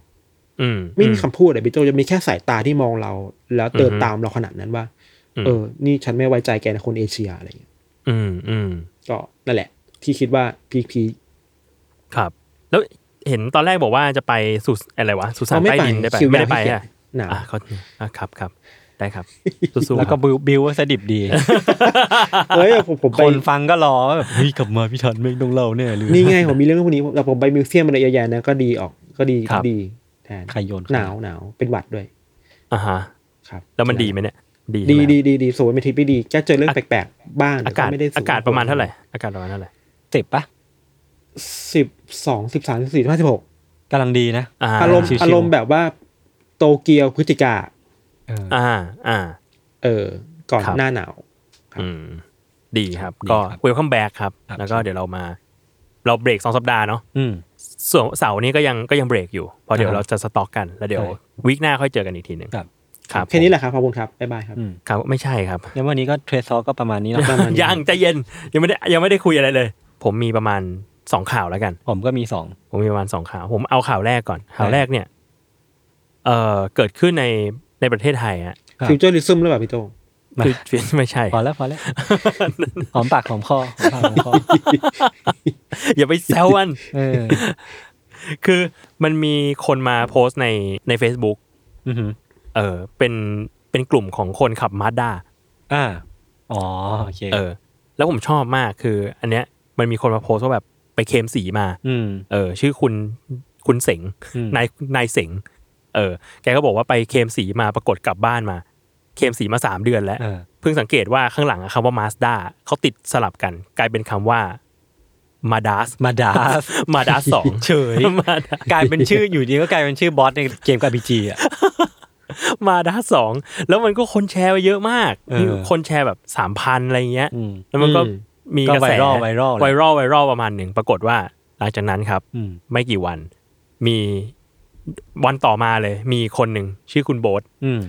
Speaker 4: อืม
Speaker 3: ไม่มีคำพูดเลยพี่โจจะมีแค่สายตาที่มองเรา แล้วเดิน
Speaker 4: อือฮึ
Speaker 3: ตามเราขนาดนั้นว่า
Speaker 4: อืม
Speaker 3: เออ นี่ฉันไม่ไว้ใจแกนะคนเอเชียอะไรอย่างเงี้ย
Speaker 4: อืมอืม
Speaker 3: ก็นั่นแหละ ที่คิดว่าพีพี
Speaker 4: ครับแล้วเห็นตอนแรกบอกว่าจะไปสุสอะไรวะสุสาน
Speaker 3: เอาไม่
Speaker 4: ใต้ดิน
Speaker 3: ไป
Speaker 4: ได้ไป
Speaker 3: คิวยาว
Speaker 4: ไม่ได้ไป
Speaker 3: ให้เกียร
Speaker 4: อ่ะ
Speaker 3: ติหนาว
Speaker 4: อ่ะเขาอ่ะครับครับได้ ครับ สู้ๆ
Speaker 2: แล้วก็
Speaker 4: ครับ
Speaker 2: บิวบิวว่าสดิบดี
Speaker 3: เอ้ยผมผมไป
Speaker 2: คนฟังก็รอว่าแบบเฮ้ยกลับมาพี่ชันไม่งต้องเล่าแน่เลย
Speaker 3: นี่ไงผมมีเรื่องพวกนี้เราผมไปมิวเซียมอะไรเยอะแยะนะก็ดีออกก็ดี
Speaker 4: ครับ
Speaker 3: ดีแทน
Speaker 2: ใครโยน
Speaker 3: หนาวหนาวเป็นหวัดด้วย
Speaker 4: อ่าฮะ
Speaker 3: ครับ
Speaker 4: แล้วมันดีไหมเนี่ยดี
Speaker 3: ดี
Speaker 4: ใช่ไหม
Speaker 3: ดีดีดีสวยไม่ทิพย์ไม่ดีจะเจอเรื่องแปลกๆ บ้าง
Speaker 4: อากาศ
Speaker 3: แต่ไม่ได้
Speaker 4: อากาศประมาณเท่าไหร่อากาศประมาณเท่าไหร่
Speaker 2: เจ็บปะ
Speaker 3: สิบสองสิบสามสิบสี่ห้าสิบหก
Speaker 2: กำลังดีนะ
Speaker 4: อ่า
Speaker 3: อารมณ์
Speaker 2: ชิวๆ
Speaker 3: อารมณ์แบบว่าโตเกียวพฤศจิกา
Speaker 2: เออ
Speaker 4: อ่าอ่า
Speaker 3: เออ ก่อน
Speaker 4: ครับ
Speaker 3: หน้าหนาว ครับ
Speaker 4: อืมดีครับ ก็ welcome back ครับ
Speaker 2: ครับ
Speaker 4: แล้วก็เดี๋ยวเรามา เราเบรกสองสัปดาห์เนาะ
Speaker 2: อืม
Speaker 4: ส่วนเสาร์นี้ก็ยังก็ยังเบรกอยู่เพราะเดี๋ยว
Speaker 2: อ่า
Speaker 4: เราจะสต็อกกันแล้วเดี๋ยว
Speaker 2: ใช่
Speaker 4: วีคหน้าค่อยเจอกันอีกทีหนึ่ง
Speaker 2: ครับ
Speaker 4: ครับ
Speaker 3: แค่นี้แหละครับขอบคุณครับบ๊ายบายครับ
Speaker 2: อืม
Speaker 4: ครับไม่ใช่ครับ
Speaker 2: งั้นวันนี้ก็เทรซซอก็ประมาณนี้เนาะ
Speaker 3: ประมาณนี้
Speaker 4: ยังใจเย็นยังไม่ได้ยังไม่ได้คุยอะไรเลย ผมมีประมาณสองข่าวแล้วกัน
Speaker 2: ผมก็มี สอง
Speaker 4: ผมมีประมาณสองข่าว ผมเอาข่าวแรกก่อนข่าวแรกเนี่ยเอ่อเกิดขึ้นในในประเทศไทยฮะ
Speaker 2: ครับ
Speaker 3: ฟิวเจอร์ลิซึมหรือเปล่าพี่โต
Speaker 2: มา
Speaker 4: คือ ไม่ใช่
Speaker 2: พอแล้วพอแล้ว หอมปากหอมคอหอมปากหอมคอ
Speaker 4: อย่าไปแซวมัน
Speaker 2: เออ
Speaker 4: คือมันมีคนมาโพสต์ในใน Facebook
Speaker 2: อือหือ
Speaker 4: เออเป็นเป็นกลุ่มของคนขับมาด้า
Speaker 2: อ่าอ๋อโอเค
Speaker 4: เออ แล้วผมชอบมากคือ อันเนี้ยมันมีคนมาโพสต์ว่าแบบไปเคลมสีมา
Speaker 2: อืม
Speaker 4: เออชื่อคุณคุณเสง
Speaker 2: อืม
Speaker 4: นายนายเสงเออ แกก็บอกว่าไปเคลมสีมาปรากฏกลับบ้านมา เคลมสีมาสามเดือนแล้ว
Speaker 2: เออ
Speaker 4: เพิ่งสังเกตว่าข้างหลังอะคำว่ามาสด้าเขาติดสลับกัน กลายเป็นคำว่ามาด a ส
Speaker 2: มาดา ส
Speaker 4: มา ด a สสอง
Speaker 2: เฉย
Speaker 4: มาดาก
Speaker 2: ลายเป็นชื่ออยู่ดีก็กลายเป็นชื่อบอสในเกมกับบีจีอ่ะ
Speaker 4: มาดาสองแล้วมันก็คนแชร์ไปเยอะมาก
Speaker 2: เออ
Speaker 4: มีคนแชร์แบบสามพันอะไรเงี้ย
Speaker 2: อืม
Speaker 4: แล้วมันก็
Speaker 3: อื
Speaker 4: มี
Speaker 2: ก็
Speaker 4: กระแส
Speaker 2: ไวรัลไวรัลเลย
Speaker 4: ไวรัลไวรัลประมาณหนึ่งปรากฏว่าหลังจากนั้นครับ
Speaker 2: อืม
Speaker 4: ไม่กี่วัน มีวันต่อมาเลย มีคนหนึ่งชื่อคุณโบ๊ท
Speaker 2: อืม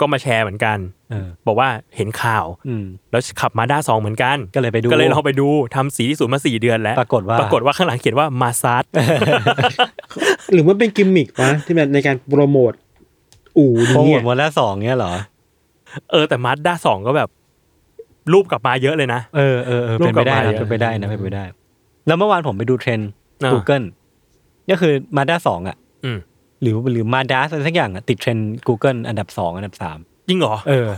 Speaker 4: ก็มาแชร์เหมือนกัน
Speaker 2: เออ
Speaker 4: บอกว่าเห็นข่าว
Speaker 2: อืม
Speaker 4: แล้วขับมาด้าสองเหมือนกัน
Speaker 2: ก็เลยไปดู
Speaker 4: ก็เลยลองไปดูทำสีที่ศูนย์มาสี่เดือนแล้ว
Speaker 2: ปรากฏว่า
Speaker 4: ปรากฏว่าข้างหลังเขียนว่ามาซัด
Speaker 3: หรือมันเป็นกิมมิกวะที่แบบในการโปรโมทอู่
Speaker 2: โปรโม
Speaker 3: นี้
Speaker 2: ท
Speaker 3: อะ
Speaker 2: หมดแล้วสองเนี้ยเหรอ
Speaker 4: เออแต่มาด้าสองก็แบบ รูปกลับมาเยอะเลยนะ
Speaker 2: เออเออเออ
Speaker 4: รู
Speaker 2: เป็
Speaker 4: ป
Speaker 2: น
Speaker 4: กลั
Speaker 2: ไป
Speaker 4: บ
Speaker 2: ได้
Speaker 4: มา
Speaker 2: นะ
Speaker 4: เยอะ
Speaker 2: เป็นไปได้นะเป็นไปได้ แล้วเมื่อวานผมไปดูเทรนด์
Speaker 4: อ่า
Speaker 2: Google ก็คือมาด้าสองอ่ะ
Speaker 4: อืม
Speaker 2: หรือหรือมาด้าอะไรสักอย่างอ่ะ ติดเทรนด์ Google อันดับสองอันดับสาม
Speaker 4: จริงเหรอ
Speaker 2: เออ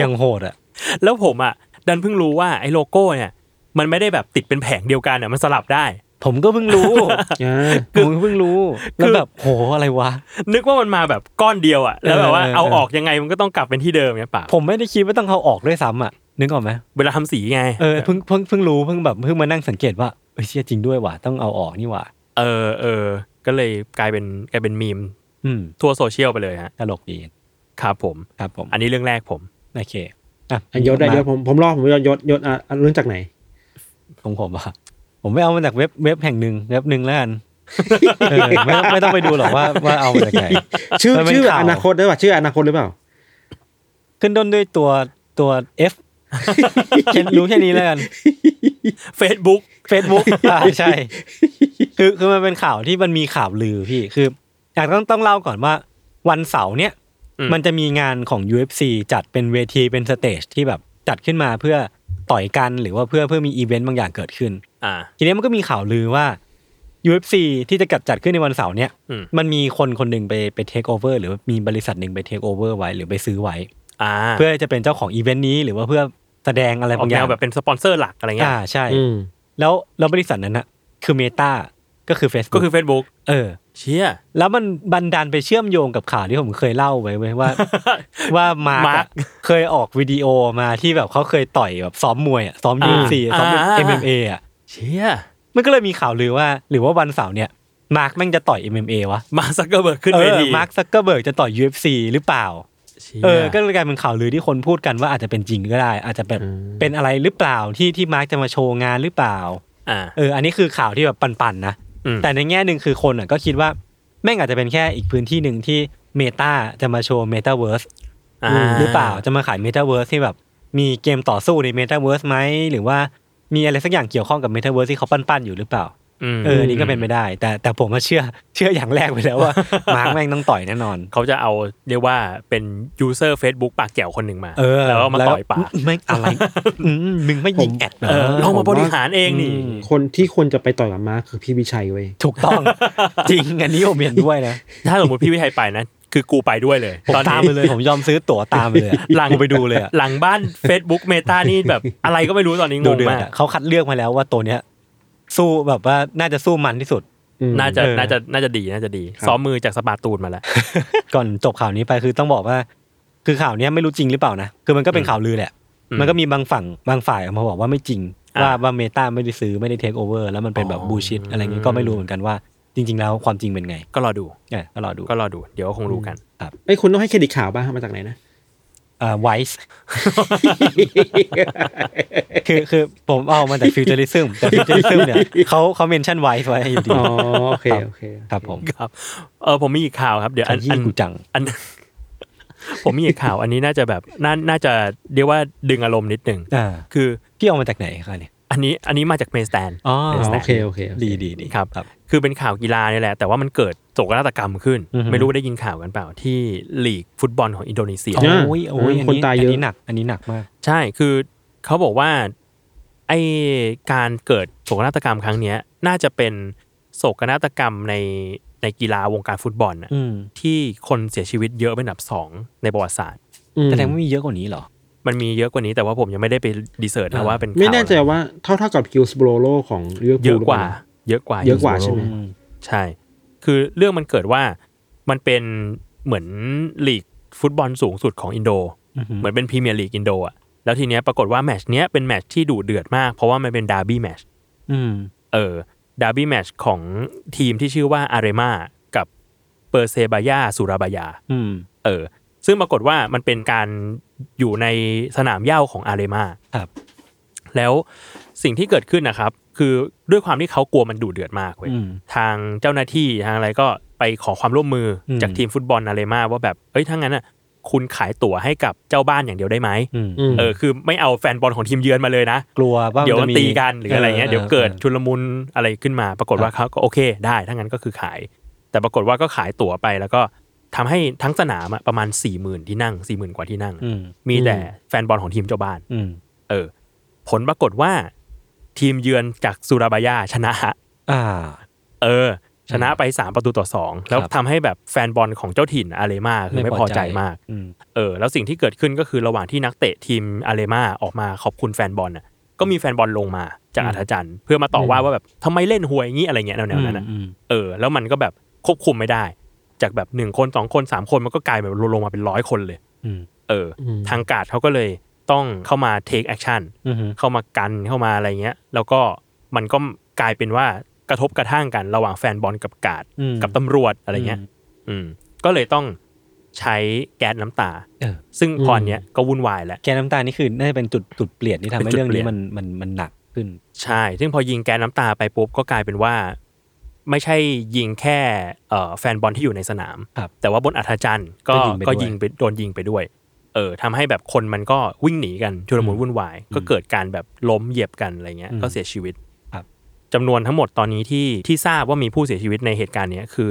Speaker 2: ยังโหดอ่ะ
Speaker 4: แล้วผมอ่ะ ดันเพิ่งรู้ว่าไอ้โลโก้เนี่ย มันไม่ได้แบบติดเป็นแผงเดียวกันอ่ะมันสลับได้
Speaker 2: ผมก็เพิ่งรู้
Speaker 3: อ่า
Speaker 2: ผมก็เพิ่งรู้ แล้ว
Speaker 4: คือ
Speaker 2: แบบโหอะไรวะ
Speaker 4: นึกว่ามันมาแบบก้อนเดียวอ่ะ แล้วแบบว่า
Speaker 2: เออเออ
Speaker 4: เอาออกยังไงมันก็ต้องกลับเป็นที่เดิมเนี่ยป่ะ
Speaker 2: ผมไม่ได้คิดว่าต้องเอาออกด้วยซ้ำอ่ะ นึกออกไหม
Speaker 4: เวลาทำสีไง
Speaker 2: เออเพิ่งเพิ่งเพิ่งรู้เพิ่งแบบเพิ่งมานั่งสังเกตว่าเอ้ยเชี่ยจริงด้วยว่ะต้องเอาออกนี่ว่ะ
Speaker 4: เออเออ ก็เลยกลายเป็นกลายเป็นมีม
Speaker 2: อืม
Speaker 4: ทั่วโซเชียลไปเลยฮะ
Speaker 2: ตลกดี
Speaker 4: ครับผม
Speaker 2: ครับผม
Speaker 4: อันนี้เรื่องแรกผม
Speaker 2: โอเคอ่ะ
Speaker 3: อันยศได้ยศผมผมรอผมยศยศยศอ่ะอ่ะเรื่องจากไหน
Speaker 2: ของผมอ่ะผมไม่เอามาจากเว็บเว็บแห่งหนึ่งเว็บหนึ่งแล้วกันเออไม่ไม่ต้องไปดูหรอกว่าว่าเอามาจากไหน
Speaker 3: ชื่อ
Speaker 2: มันเป็น
Speaker 3: ชื่อ
Speaker 2: ข่าว
Speaker 3: อนาคตได้ป่ะชื่ออนาคตหรือเปล่า
Speaker 2: ขึ้นต้นด้วยตัวตัว F แค่รู้แค่นี้แล้วกัน
Speaker 4: Facebook
Speaker 2: Facebook อ่าใช่ คือคือมันเป็นข่าวที่มันมีข่าวลือพี่คืออยากต้องต้องเล่าก่อนว่า วันเสาร์เนี่ย
Speaker 4: อืม
Speaker 2: มันจะมีงานของ UFC จัดเป็นเวทีเป็นสเตจที่แบบจัดขึ้นมาเพื่อ ต่อยกันหรือว่าเพื่อเพื่อมีอีเวนต์บางอย่างเกิดขึ้น
Speaker 4: อ่า
Speaker 2: ทีนี้มันก็มีข่าวลือว่า UFC ที่จะจัดขึ้นในวันเสาร์เนี่ย
Speaker 4: อืม
Speaker 2: มันมีคนคนหนึ่งไปไปเทคโอเวอร์หรือว่ามีบริษัทหนึ่งไปเทคโอเวอร์ไว้หรือไปซื้อไว้
Speaker 4: อ่า
Speaker 2: เพื่อจะเป็นเจ้าของอีเวนต์นี้หรือว่าเพื่อแสดงอะ
Speaker 4: ออบ
Speaker 2: ไราก งอ
Speaker 4: แน
Speaker 2: ย่าง
Speaker 4: วแบบเป็นสปอนเซอร์หลักอะไรเงี้ย
Speaker 2: อ่าใช่
Speaker 3: อืม
Speaker 2: แล้วแล้วบริษัทนั้นอะคือเมตาก็คือ Facebook
Speaker 4: ก็คือ Facebook
Speaker 2: เออ
Speaker 4: เชี่ย
Speaker 2: แล้วมันบันดาลไปเชื่อมโยงกับข่าวที่ผมเคยเล่าไว้เว้ยว่า ว่ามาร์ค
Speaker 4: มาร์
Speaker 2: อะ
Speaker 4: ค
Speaker 2: เคยออกวิดีโอมาที่แบบเขาเคยต่อยแบบซ้อมมวยอะซ้อมยูซี
Speaker 4: อ่า
Speaker 2: ซ้อม
Speaker 4: อ่า
Speaker 2: เอ็มเอ็มเออะ
Speaker 4: เชี่ย
Speaker 2: มันก็เลยมีข่าวลือว่า หรือว่าวันเสาร์เนี่ยมาร์คแม่งจะต่อย MMA วะ
Speaker 4: มาซักเกอร์เบิร์กขึ้น
Speaker 2: เอ
Speaker 4: เว
Speaker 2: อ
Speaker 4: ที
Speaker 2: มาร์คซักเกอร์เบิร์กจะต่อย UFC หรือเปล่า
Speaker 4: เชี่ย
Speaker 2: เออ ก็เลยกลายเป็นข่าวลือที่คนพูดกันว่าอาจจะเป็นจริงก็ได้ อาจจะแบบ
Speaker 3: อืม
Speaker 2: เป็นอะไรหรือเปล่าที่ที่มาร์คจะมาโชว์งานหรือเปล่า
Speaker 4: อ่า
Speaker 2: เออ อันนี้คือข่าวที่แบบปั่นๆนะ
Speaker 4: อืม
Speaker 2: แต่ในแง่หนึ่งคือคนอ่ะก็คิดว่าแม่งอาจจะเป็นแค่อีกพื้นที่หนึ่งที่เมตาจะมาโชว์เมตาเวิร์สหรือเปล่า จะมาขายเมตาเวิร์สที่แบบมีเกมต่อสู้ในเมตาเวิร์สไหม หรือว่ามีอะไรสักอย่างเกี่ยวข้องกับเมตาเวิร์สที่เขาปั้นๆอยู่หรือเปล่า
Speaker 4: ม
Speaker 2: เอออนนี่ก็เป็นไปได้ แต่แต่ผมก็เชื่อเชื่ออย่างแรกไปแล้ว ว่า มาร์กแม่งต้องต่อยแน่นอน
Speaker 4: เขาจะเอาเรียกว่าเป็นยูเซอร์ Facebook ปากแจ๋วคนหนึ่งมา
Speaker 2: เออ
Speaker 4: แล้วก็มาต่อยปาก
Speaker 2: ไม่อะไรอืมมึงไม่ยิงแอดเหร
Speaker 4: เออ
Speaker 2: อ
Speaker 4: ลองมาบริหารเองนี่
Speaker 2: อืม
Speaker 3: คนที่ควรจะไปต่อยกับมาร์คคือพี่วิชัยเว้ย
Speaker 2: ถูก ต้อง จริงอันนี้ผมเห็นด้วยนะ
Speaker 4: ถ้าสมมติพี่วิชัยไปนะ คือกูไปด้วยเลย
Speaker 2: ผม
Speaker 4: ตอน
Speaker 2: ตามไป
Speaker 4: นี้
Speaker 2: เลย ผมยอมซื้อตั๋วตามไป เลยอะ
Speaker 4: หลัง
Speaker 2: กูไปดูเลยอะ
Speaker 4: หลังบ้าน Facebook เมตานี่แบบอะไรก็ไม่รู้ตอนนี้ง
Speaker 2: ดู
Speaker 4: ง
Speaker 2: เดือด
Speaker 4: มาก
Speaker 2: อะเขาคัดเลือกมาแล้วว่าตัวเนี้ย สู้แบบว่าน่าจะสู้มันที่สุด
Speaker 3: อืม
Speaker 4: น่าจะ
Speaker 2: เออ
Speaker 4: น่าจะน่าจะดีน่าจะดี
Speaker 3: ครับ
Speaker 4: ซ้อมมือจากสปาตูนมาแล้ว
Speaker 2: ก่อนจบข่าวนี้ไปคือต้องบอกว่า คือข่าวเนี้ยไม่รู้จริงหรือเปล่านะ คือมันก็เป็นข่าวลือแหละ
Speaker 4: อืม
Speaker 2: มันก็มีบางฝั่งบางฝ่ายออกมาบอกว่าไม่จริง
Speaker 4: อ่ะ
Speaker 2: ว่าว่าเมตาไม่ได้ซื้อไม่ได้เทคโอเวอร์แล้วมันเป็นแบบ
Speaker 4: อ๋อ
Speaker 2: บูชิดอะไรเงี้ยก็ไม่รู้เหมือนกันว่า จริง ๆ แล้วความจริงเป็นไง
Speaker 4: ก็รอดู
Speaker 2: เออก็รอดู
Speaker 4: ก็รอดู เดี๋ยวก็คงรู้กัน
Speaker 3: ไอ้ยคุณต้องให้เครดิตข่าวบ้างมาจากไหนนะ
Speaker 2: เอ่อไวส์ คือคือผมเอามาจากฟิวเจอริซึมแต่ฟิวเจอริซึมเนี่ยเขาเขาเมนชั่นไวส์ไว้อยู่ดี
Speaker 3: อ๋อโอเคโอเค
Speaker 2: ครับผม
Speaker 4: ครับเออผมมีอีกข่าวครับเดี๋ยวอันอั
Speaker 2: ยี่
Speaker 4: น
Speaker 2: กูจัง
Speaker 4: อัน ผมมีอีกข่าว อันนี้น่าจะแบบน่าน่าจะเรียกว่าดึงอารมณ์นิดหนึ่ง
Speaker 2: อ่า
Speaker 4: คือ
Speaker 2: พี่เอามาจากไหนคะเนี่ย
Speaker 4: อันนี้อันนี้มาจากเมสแตน
Speaker 2: อ๋อ
Speaker 3: อ๋อโอเคโอเคโอเค
Speaker 2: ดีดีดี
Speaker 4: ครับ
Speaker 2: ครับ
Speaker 4: คือเป็นข่าวกีฬาเนี่ยแหละ แต่ว่ามันเกิดโศกนาฏกรรมขึ้น
Speaker 2: อือฮึ
Speaker 4: ไม่รู้ได้ยินข่าวกันเปล่าที่ลีกฟุตบอลของอินโดนีเซีย
Speaker 2: โอ้ยโอ้ย
Speaker 3: คนตายเยอะ
Speaker 2: นนี้หนัก อันนี้หนักมาก
Speaker 4: ใช่ คือเขาบอกว่าไอการเกิดโศกนาฏกรรมครั้งเนี้ย น่าจะเป็นโศกนาฏกรรมในในกีฬาวงการฟุตบอลน่ะ
Speaker 2: อืม
Speaker 4: ที่คนเสียชีวิตเยอะเป็นอันดับสองในประวัติศาสตร์
Speaker 3: อืม
Speaker 2: แสดงว่ามีเยอะกว่านี้เหรอ
Speaker 4: มันมีเยอะกว่านี้แต่ว่าผมยังไม่ได้ไปดีเสิร์ชนะว่าเป็นข่าว
Speaker 3: ไม่แน่ใจว่าเท่าเท่ากับคิวสโบโลของลิเวอร์พูล
Speaker 4: เยอะกว่า
Speaker 3: หรืปล่
Speaker 4: เยอะกว่า
Speaker 3: เยอะกว่าใช่ไหม
Speaker 4: ใช่ คือเรื่องมันเกิดว่ามันเป็นเหมือนลีกฟุตบอลสูงสุดของอินโด
Speaker 2: อือฮึ
Speaker 4: เหมือนเป็นพรีเมียร์ลีกอินโดอ่ะ แล้วทีเนี้ยปรากฏว่าแมตชเนี้ยเป็นแมตชที่ดุเดือดมาก เพราะว่ามันเป็นดาร์บี้แมตช
Speaker 2: อืม
Speaker 4: เออ ดาร์บี้แมตชของทีมที่ชื่อว่าอารีมากับเปอร์เซบายาสุราบายา
Speaker 2: อืม
Speaker 4: เออ ซึ่งปรากฏว่ามันเป็นการอยู่ในสนามหญ้าของอารีมา
Speaker 2: ครับ
Speaker 4: แล้วสิ่งที่เกิดขึ้นนะครับ คือด้วยความที่เขากลัวมันดุเดือดมากเว้ย
Speaker 2: อืม
Speaker 4: ทางเจ้าหน้าที่ทางอะไรก็ไปขอความร่วมมืออ
Speaker 2: ม
Speaker 4: จากทีมฟุตบอลอะไรมาว่าแบบเอ้ยถ้างั้นอ่ะคุณขายตั๋วให้กับเจ้าบ้านอย่างเดียวได้ไหม
Speaker 2: อืม
Speaker 3: อืม
Speaker 4: เออคือไม่เอาแฟนบอลของทีมเยือนมาเลยนะ
Speaker 2: กลัวว่า
Speaker 4: เดี๋ยว
Speaker 2: จะ
Speaker 4: มันตีกันหรืออะไรเงี้ยเดี๋ยวเกิดชุลมุนอะไรขึ้นมา ปรากฏว่าเขาก็โอเคได้ถ้างั้นก็คือขาย แต่ปรากฏว่าก็ขายตั๋วไปแล้วก็ทำให้ทั้งสนามอะประมาณ4ี่หมื่นที่นั่ง4ี่หมื่นกว่าที่นั่ง
Speaker 2: อืม
Speaker 4: มีแต่แฟนบอลของทีมเจ้าบ้าน
Speaker 2: อืม
Speaker 4: เออ ผลปรากฏว่า ทีมเยือนจากซูราบายาชนะ
Speaker 2: อ่า
Speaker 4: เออ ชนะไป 3 ประตูต่อ 2 แล้ว
Speaker 2: ครับ
Speaker 4: ทำให้แบบแฟนบอลของเจ้าถิ่นอาเลมาคือไม่พอใจมาก
Speaker 2: อืม
Speaker 4: เออ แล้วสิ่งที่เกิดขึ้นก็คือระหว่างที่นักเตะทีมอาเลมาออกมาขอบคุณแฟนบอลน่ะก็มีแฟนบอลลงมาจาก
Speaker 2: อืม
Speaker 4: อัธจันทร์เพื่อมาต่อว่าว่าแบบทำไมเล่นหวยอย่างงี้อะไรเงี้ยแนวๆนั้นน่ะ
Speaker 2: อืม
Speaker 4: เออแล้วมันก็แบบควบคุมไม่ได้ จากแบบ 1 คน 2 คน 3 คนมันก็กลายแบบลงมาเป็นร้อยคนเลย
Speaker 2: อืม
Speaker 4: เอออ
Speaker 3: ม
Speaker 4: ทางการเขาก็เลยต้องเข้ามา take action
Speaker 2: อืม
Speaker 4: เข้ามากันเข้ามาอะไรเงี้ย แล้วก็มันก็กลายเป็นว่ากระทบกระทั่งกันระหว่างแฟนบอลกับกาด
Speaker 2: อืม
Speaker 4: กับตำรวจอะไรเงี้ย อืม ก็เลยต้องใช้แก๊สน้ำตา
Speaker 2: เออ
Speaker 4: ซึ่ง
Speaker 3: อืม
Speaker 4: พรเนี้ยก็วุ่นวายแล้ว
Speaker 2: แกน้ำตานี่คือน่าจะเป็นจุดจุดเปลี่ยนที่ทำ
Speaker 4: เป็
Speaker 2: ให้
Speaker 4: นจุด
Speaker 2: เรื่อง
Speaker 4: เปลี่
Speaker 2: นี้
Speaker 4: ยน
Speaker 2: มันมันมันหนักขึ้น
Speaker 4: ใช่ ซึ่งพอยิงแก๊สน้ำตาไปปุ๊บก็กลายเป็นว่า ไม่ใช่ยิงแค่เอ่อแฟนบอลที่อยู่ในสนาม
Speaker 2: ครับ
Speaker 4: แต่ว่าบนอัธจันทร์ก็
Speaker 2: ก็
Speaker 4: ก็
Speaker 2: ยิ
Speaker 4: ยิง
Speaker 2: ง
Speaker 4: ไป
Speaker 2: ไปด้วย
Speaker 4: โดนยิงไปด้วย เออทำให้แบบคนมันก็วิ่งหนีกันชุลมุนวุ่นวาย ก็เกิดการแบบล้มเหยียบกันอะไรเงี้ย
Speaker 2: อืม
Speaker 4: ก็เสียชีวิต
Speaker 2: ครับ
Speaker 4: จำนวนทั้งหมดตอนนี้ที่ที่ทราบว่ามีผู้เสียชีวิตในเหตุการณ์เนี้ยคือ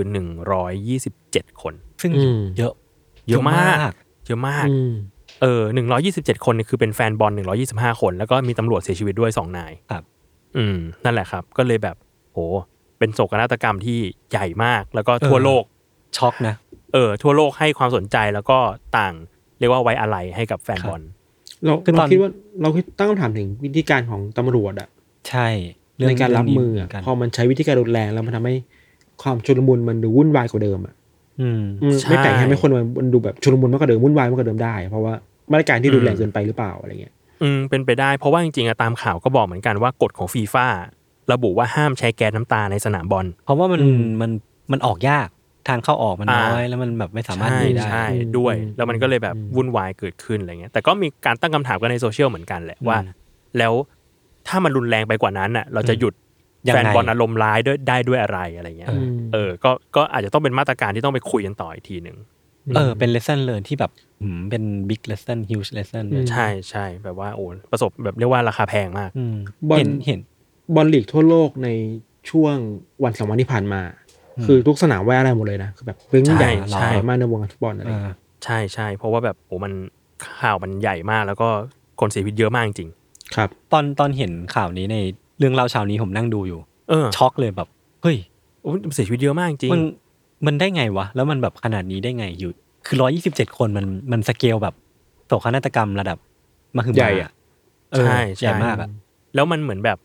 Speaker 4: 127 คน
Speaker 2: ซึ่ง
Speaker 3: อืม
Speaker 2: เยอะ
Speaker 4: เยอะมาก เยอะมาก
Speaker 3: อืม
Speaker 4: เออหนึ่งร้อยี่สิบเจ็ดคนเนี่ยคือเป็นแฟนบอลหนึ่งร้อยี่สิบห้าคน แล้วก็มีตำรวจเสียชีวิตด้วยสองนาย
Speaker 2: ครับ
Speaker 4: อืม นั่นแหละครับ ก็เลยแบบ โห เป็นโศกนาฏกรรมที่ใหญ่มาก แล้วก็ทั่วโลก
Speaker 2: ช็อกนะ
Speaker 4: เออ ทั่วโลกให้ความสนใจแล้วก็ต่างเรียกว่าไว้อะไรให้กับแฟนบอล
Speaker 3: เรา
Speaker 2: คือตอน
Speaker 3: เราคิดว่าเราคิดตั้งคำถามถึงวิธีการของตำรวจอะ
Speaker 2: ใช่เอง
Speaker 3: ในการรับ
Speaker 2: เงนี้
Speaker 3: มือ
Speaker 2: เห
Speaker 3: อะ
Speaker 2: กัน
Speaker 3: พอมันใช้วิธีการรุนแรงแล้วมันทำให้ความชุลมุนมันดูวุ่นวายกว่าเดิมอะ
Speaker 2: อืม
Speaker 3: อืม
Speaker 4: ใช่
Speaker 3: ไม่แปลกให้คนมันมันดูแบบชุลมุนมากกว่าเดิมวุ่นวายมากกว่าเดิมได้เพราะว่ามาตรการที่รุนแรงเกินไปหรือเปล่าอะไรเงี้ย
Speaker 4: อืมเป็นไปได้เพราะว่าจริงๆอะตามข่าวก็บอกเหมือนกันว่ากฎของฟีฟ่าระบุว่าห้ามใช้แก๊สน้ำตาในสนามบอล
Speaker 2: เพราะว่ามันมันมันออกยากทางเข้าออกมัน
Speaker 4: อ่า
Speaker 2: น้อย แล้วมันแบบไม่สามารถ
Speaker 4: ใช่
Speaker 2: หนีได้
Speaker 4: ใช่ด้วย แล้วมันก็เลยแบบวุ่นวายเกิดขึ้นอะไรเงี้ยแต่ก็มีการตั้งคำถามกันในโซเชียลเหมือนกันแหละว่า แล้วถ้ามันรุนแรงไปกว่านั้นอ่ะ เราจะหยุด
Speaker 2: ยังไง
Speaker 4: แฟนบอลอารมณ์ร้ายด้วยได้ด้วยอะไรอะไรเงี้ยเออก็ก็อาจจะต้องเป็นมาตรการที่ต้องไปคุยกันต่ออีกทีหนึ่ง
Speaker 2: เออเป็นเลสเซนเลยที่แบบอืมเป็นบิ๊กเลสเซนฮิวจ์เลสเซน
Speaker 4: ใช่ใช่แบบว่าโอ้ประสบแบบเรียกว่าราคาแพงมาก
Speaker 3: บอล
Speaker 2: เห็นเห็น
Speaker 3: บอลลีกทั่วโลกในช่วงวันสองวันที่ผ่านมา คือทุกสนามแวอะไรหมดเลยนะคือแบบเรื่องใหญ่
Speaker 2: ใช่
Speaker 3: ใหญ่มากในวงการฟุตบอลอะไรเงี้ย
Speaker 4: ใช่ใช่เพราะว่าแบบโอ้มันข่าวมันใหญ่มาก แล้วก็คนเสียชีวิตเยอะมากจริง
Speaker 3: ครับ
Speaker 2: ตอนตอนเห็นข่าวนี้ในเรื่องเล่าเช้านี้ผมนั่งดูอยู่
Speaker 4: เออ
Speaker 2: ช็อกเลยแบบเฮ้ย
Speaker 4: โอ้เสียชีวิตเยอะมากจริง
Speaker 2: มันมันได้ไงวะ แล้วมันแบบขนาดนี้ได้ไงอยู่ คือร้อยี่สิบเจ็ดคนมันมันสเกลแบบโศกนาฏกรรมระดับมหึมา
Speaker 3: ใหญ่อะ
Speaker 2: เออ
Speaker 4: ใช่
Speaker 2: ใหญ่
Speaker 4: ใช่
Speaker 2: มากอะ
Speaker 4: แล้วมันเหมือนแบบ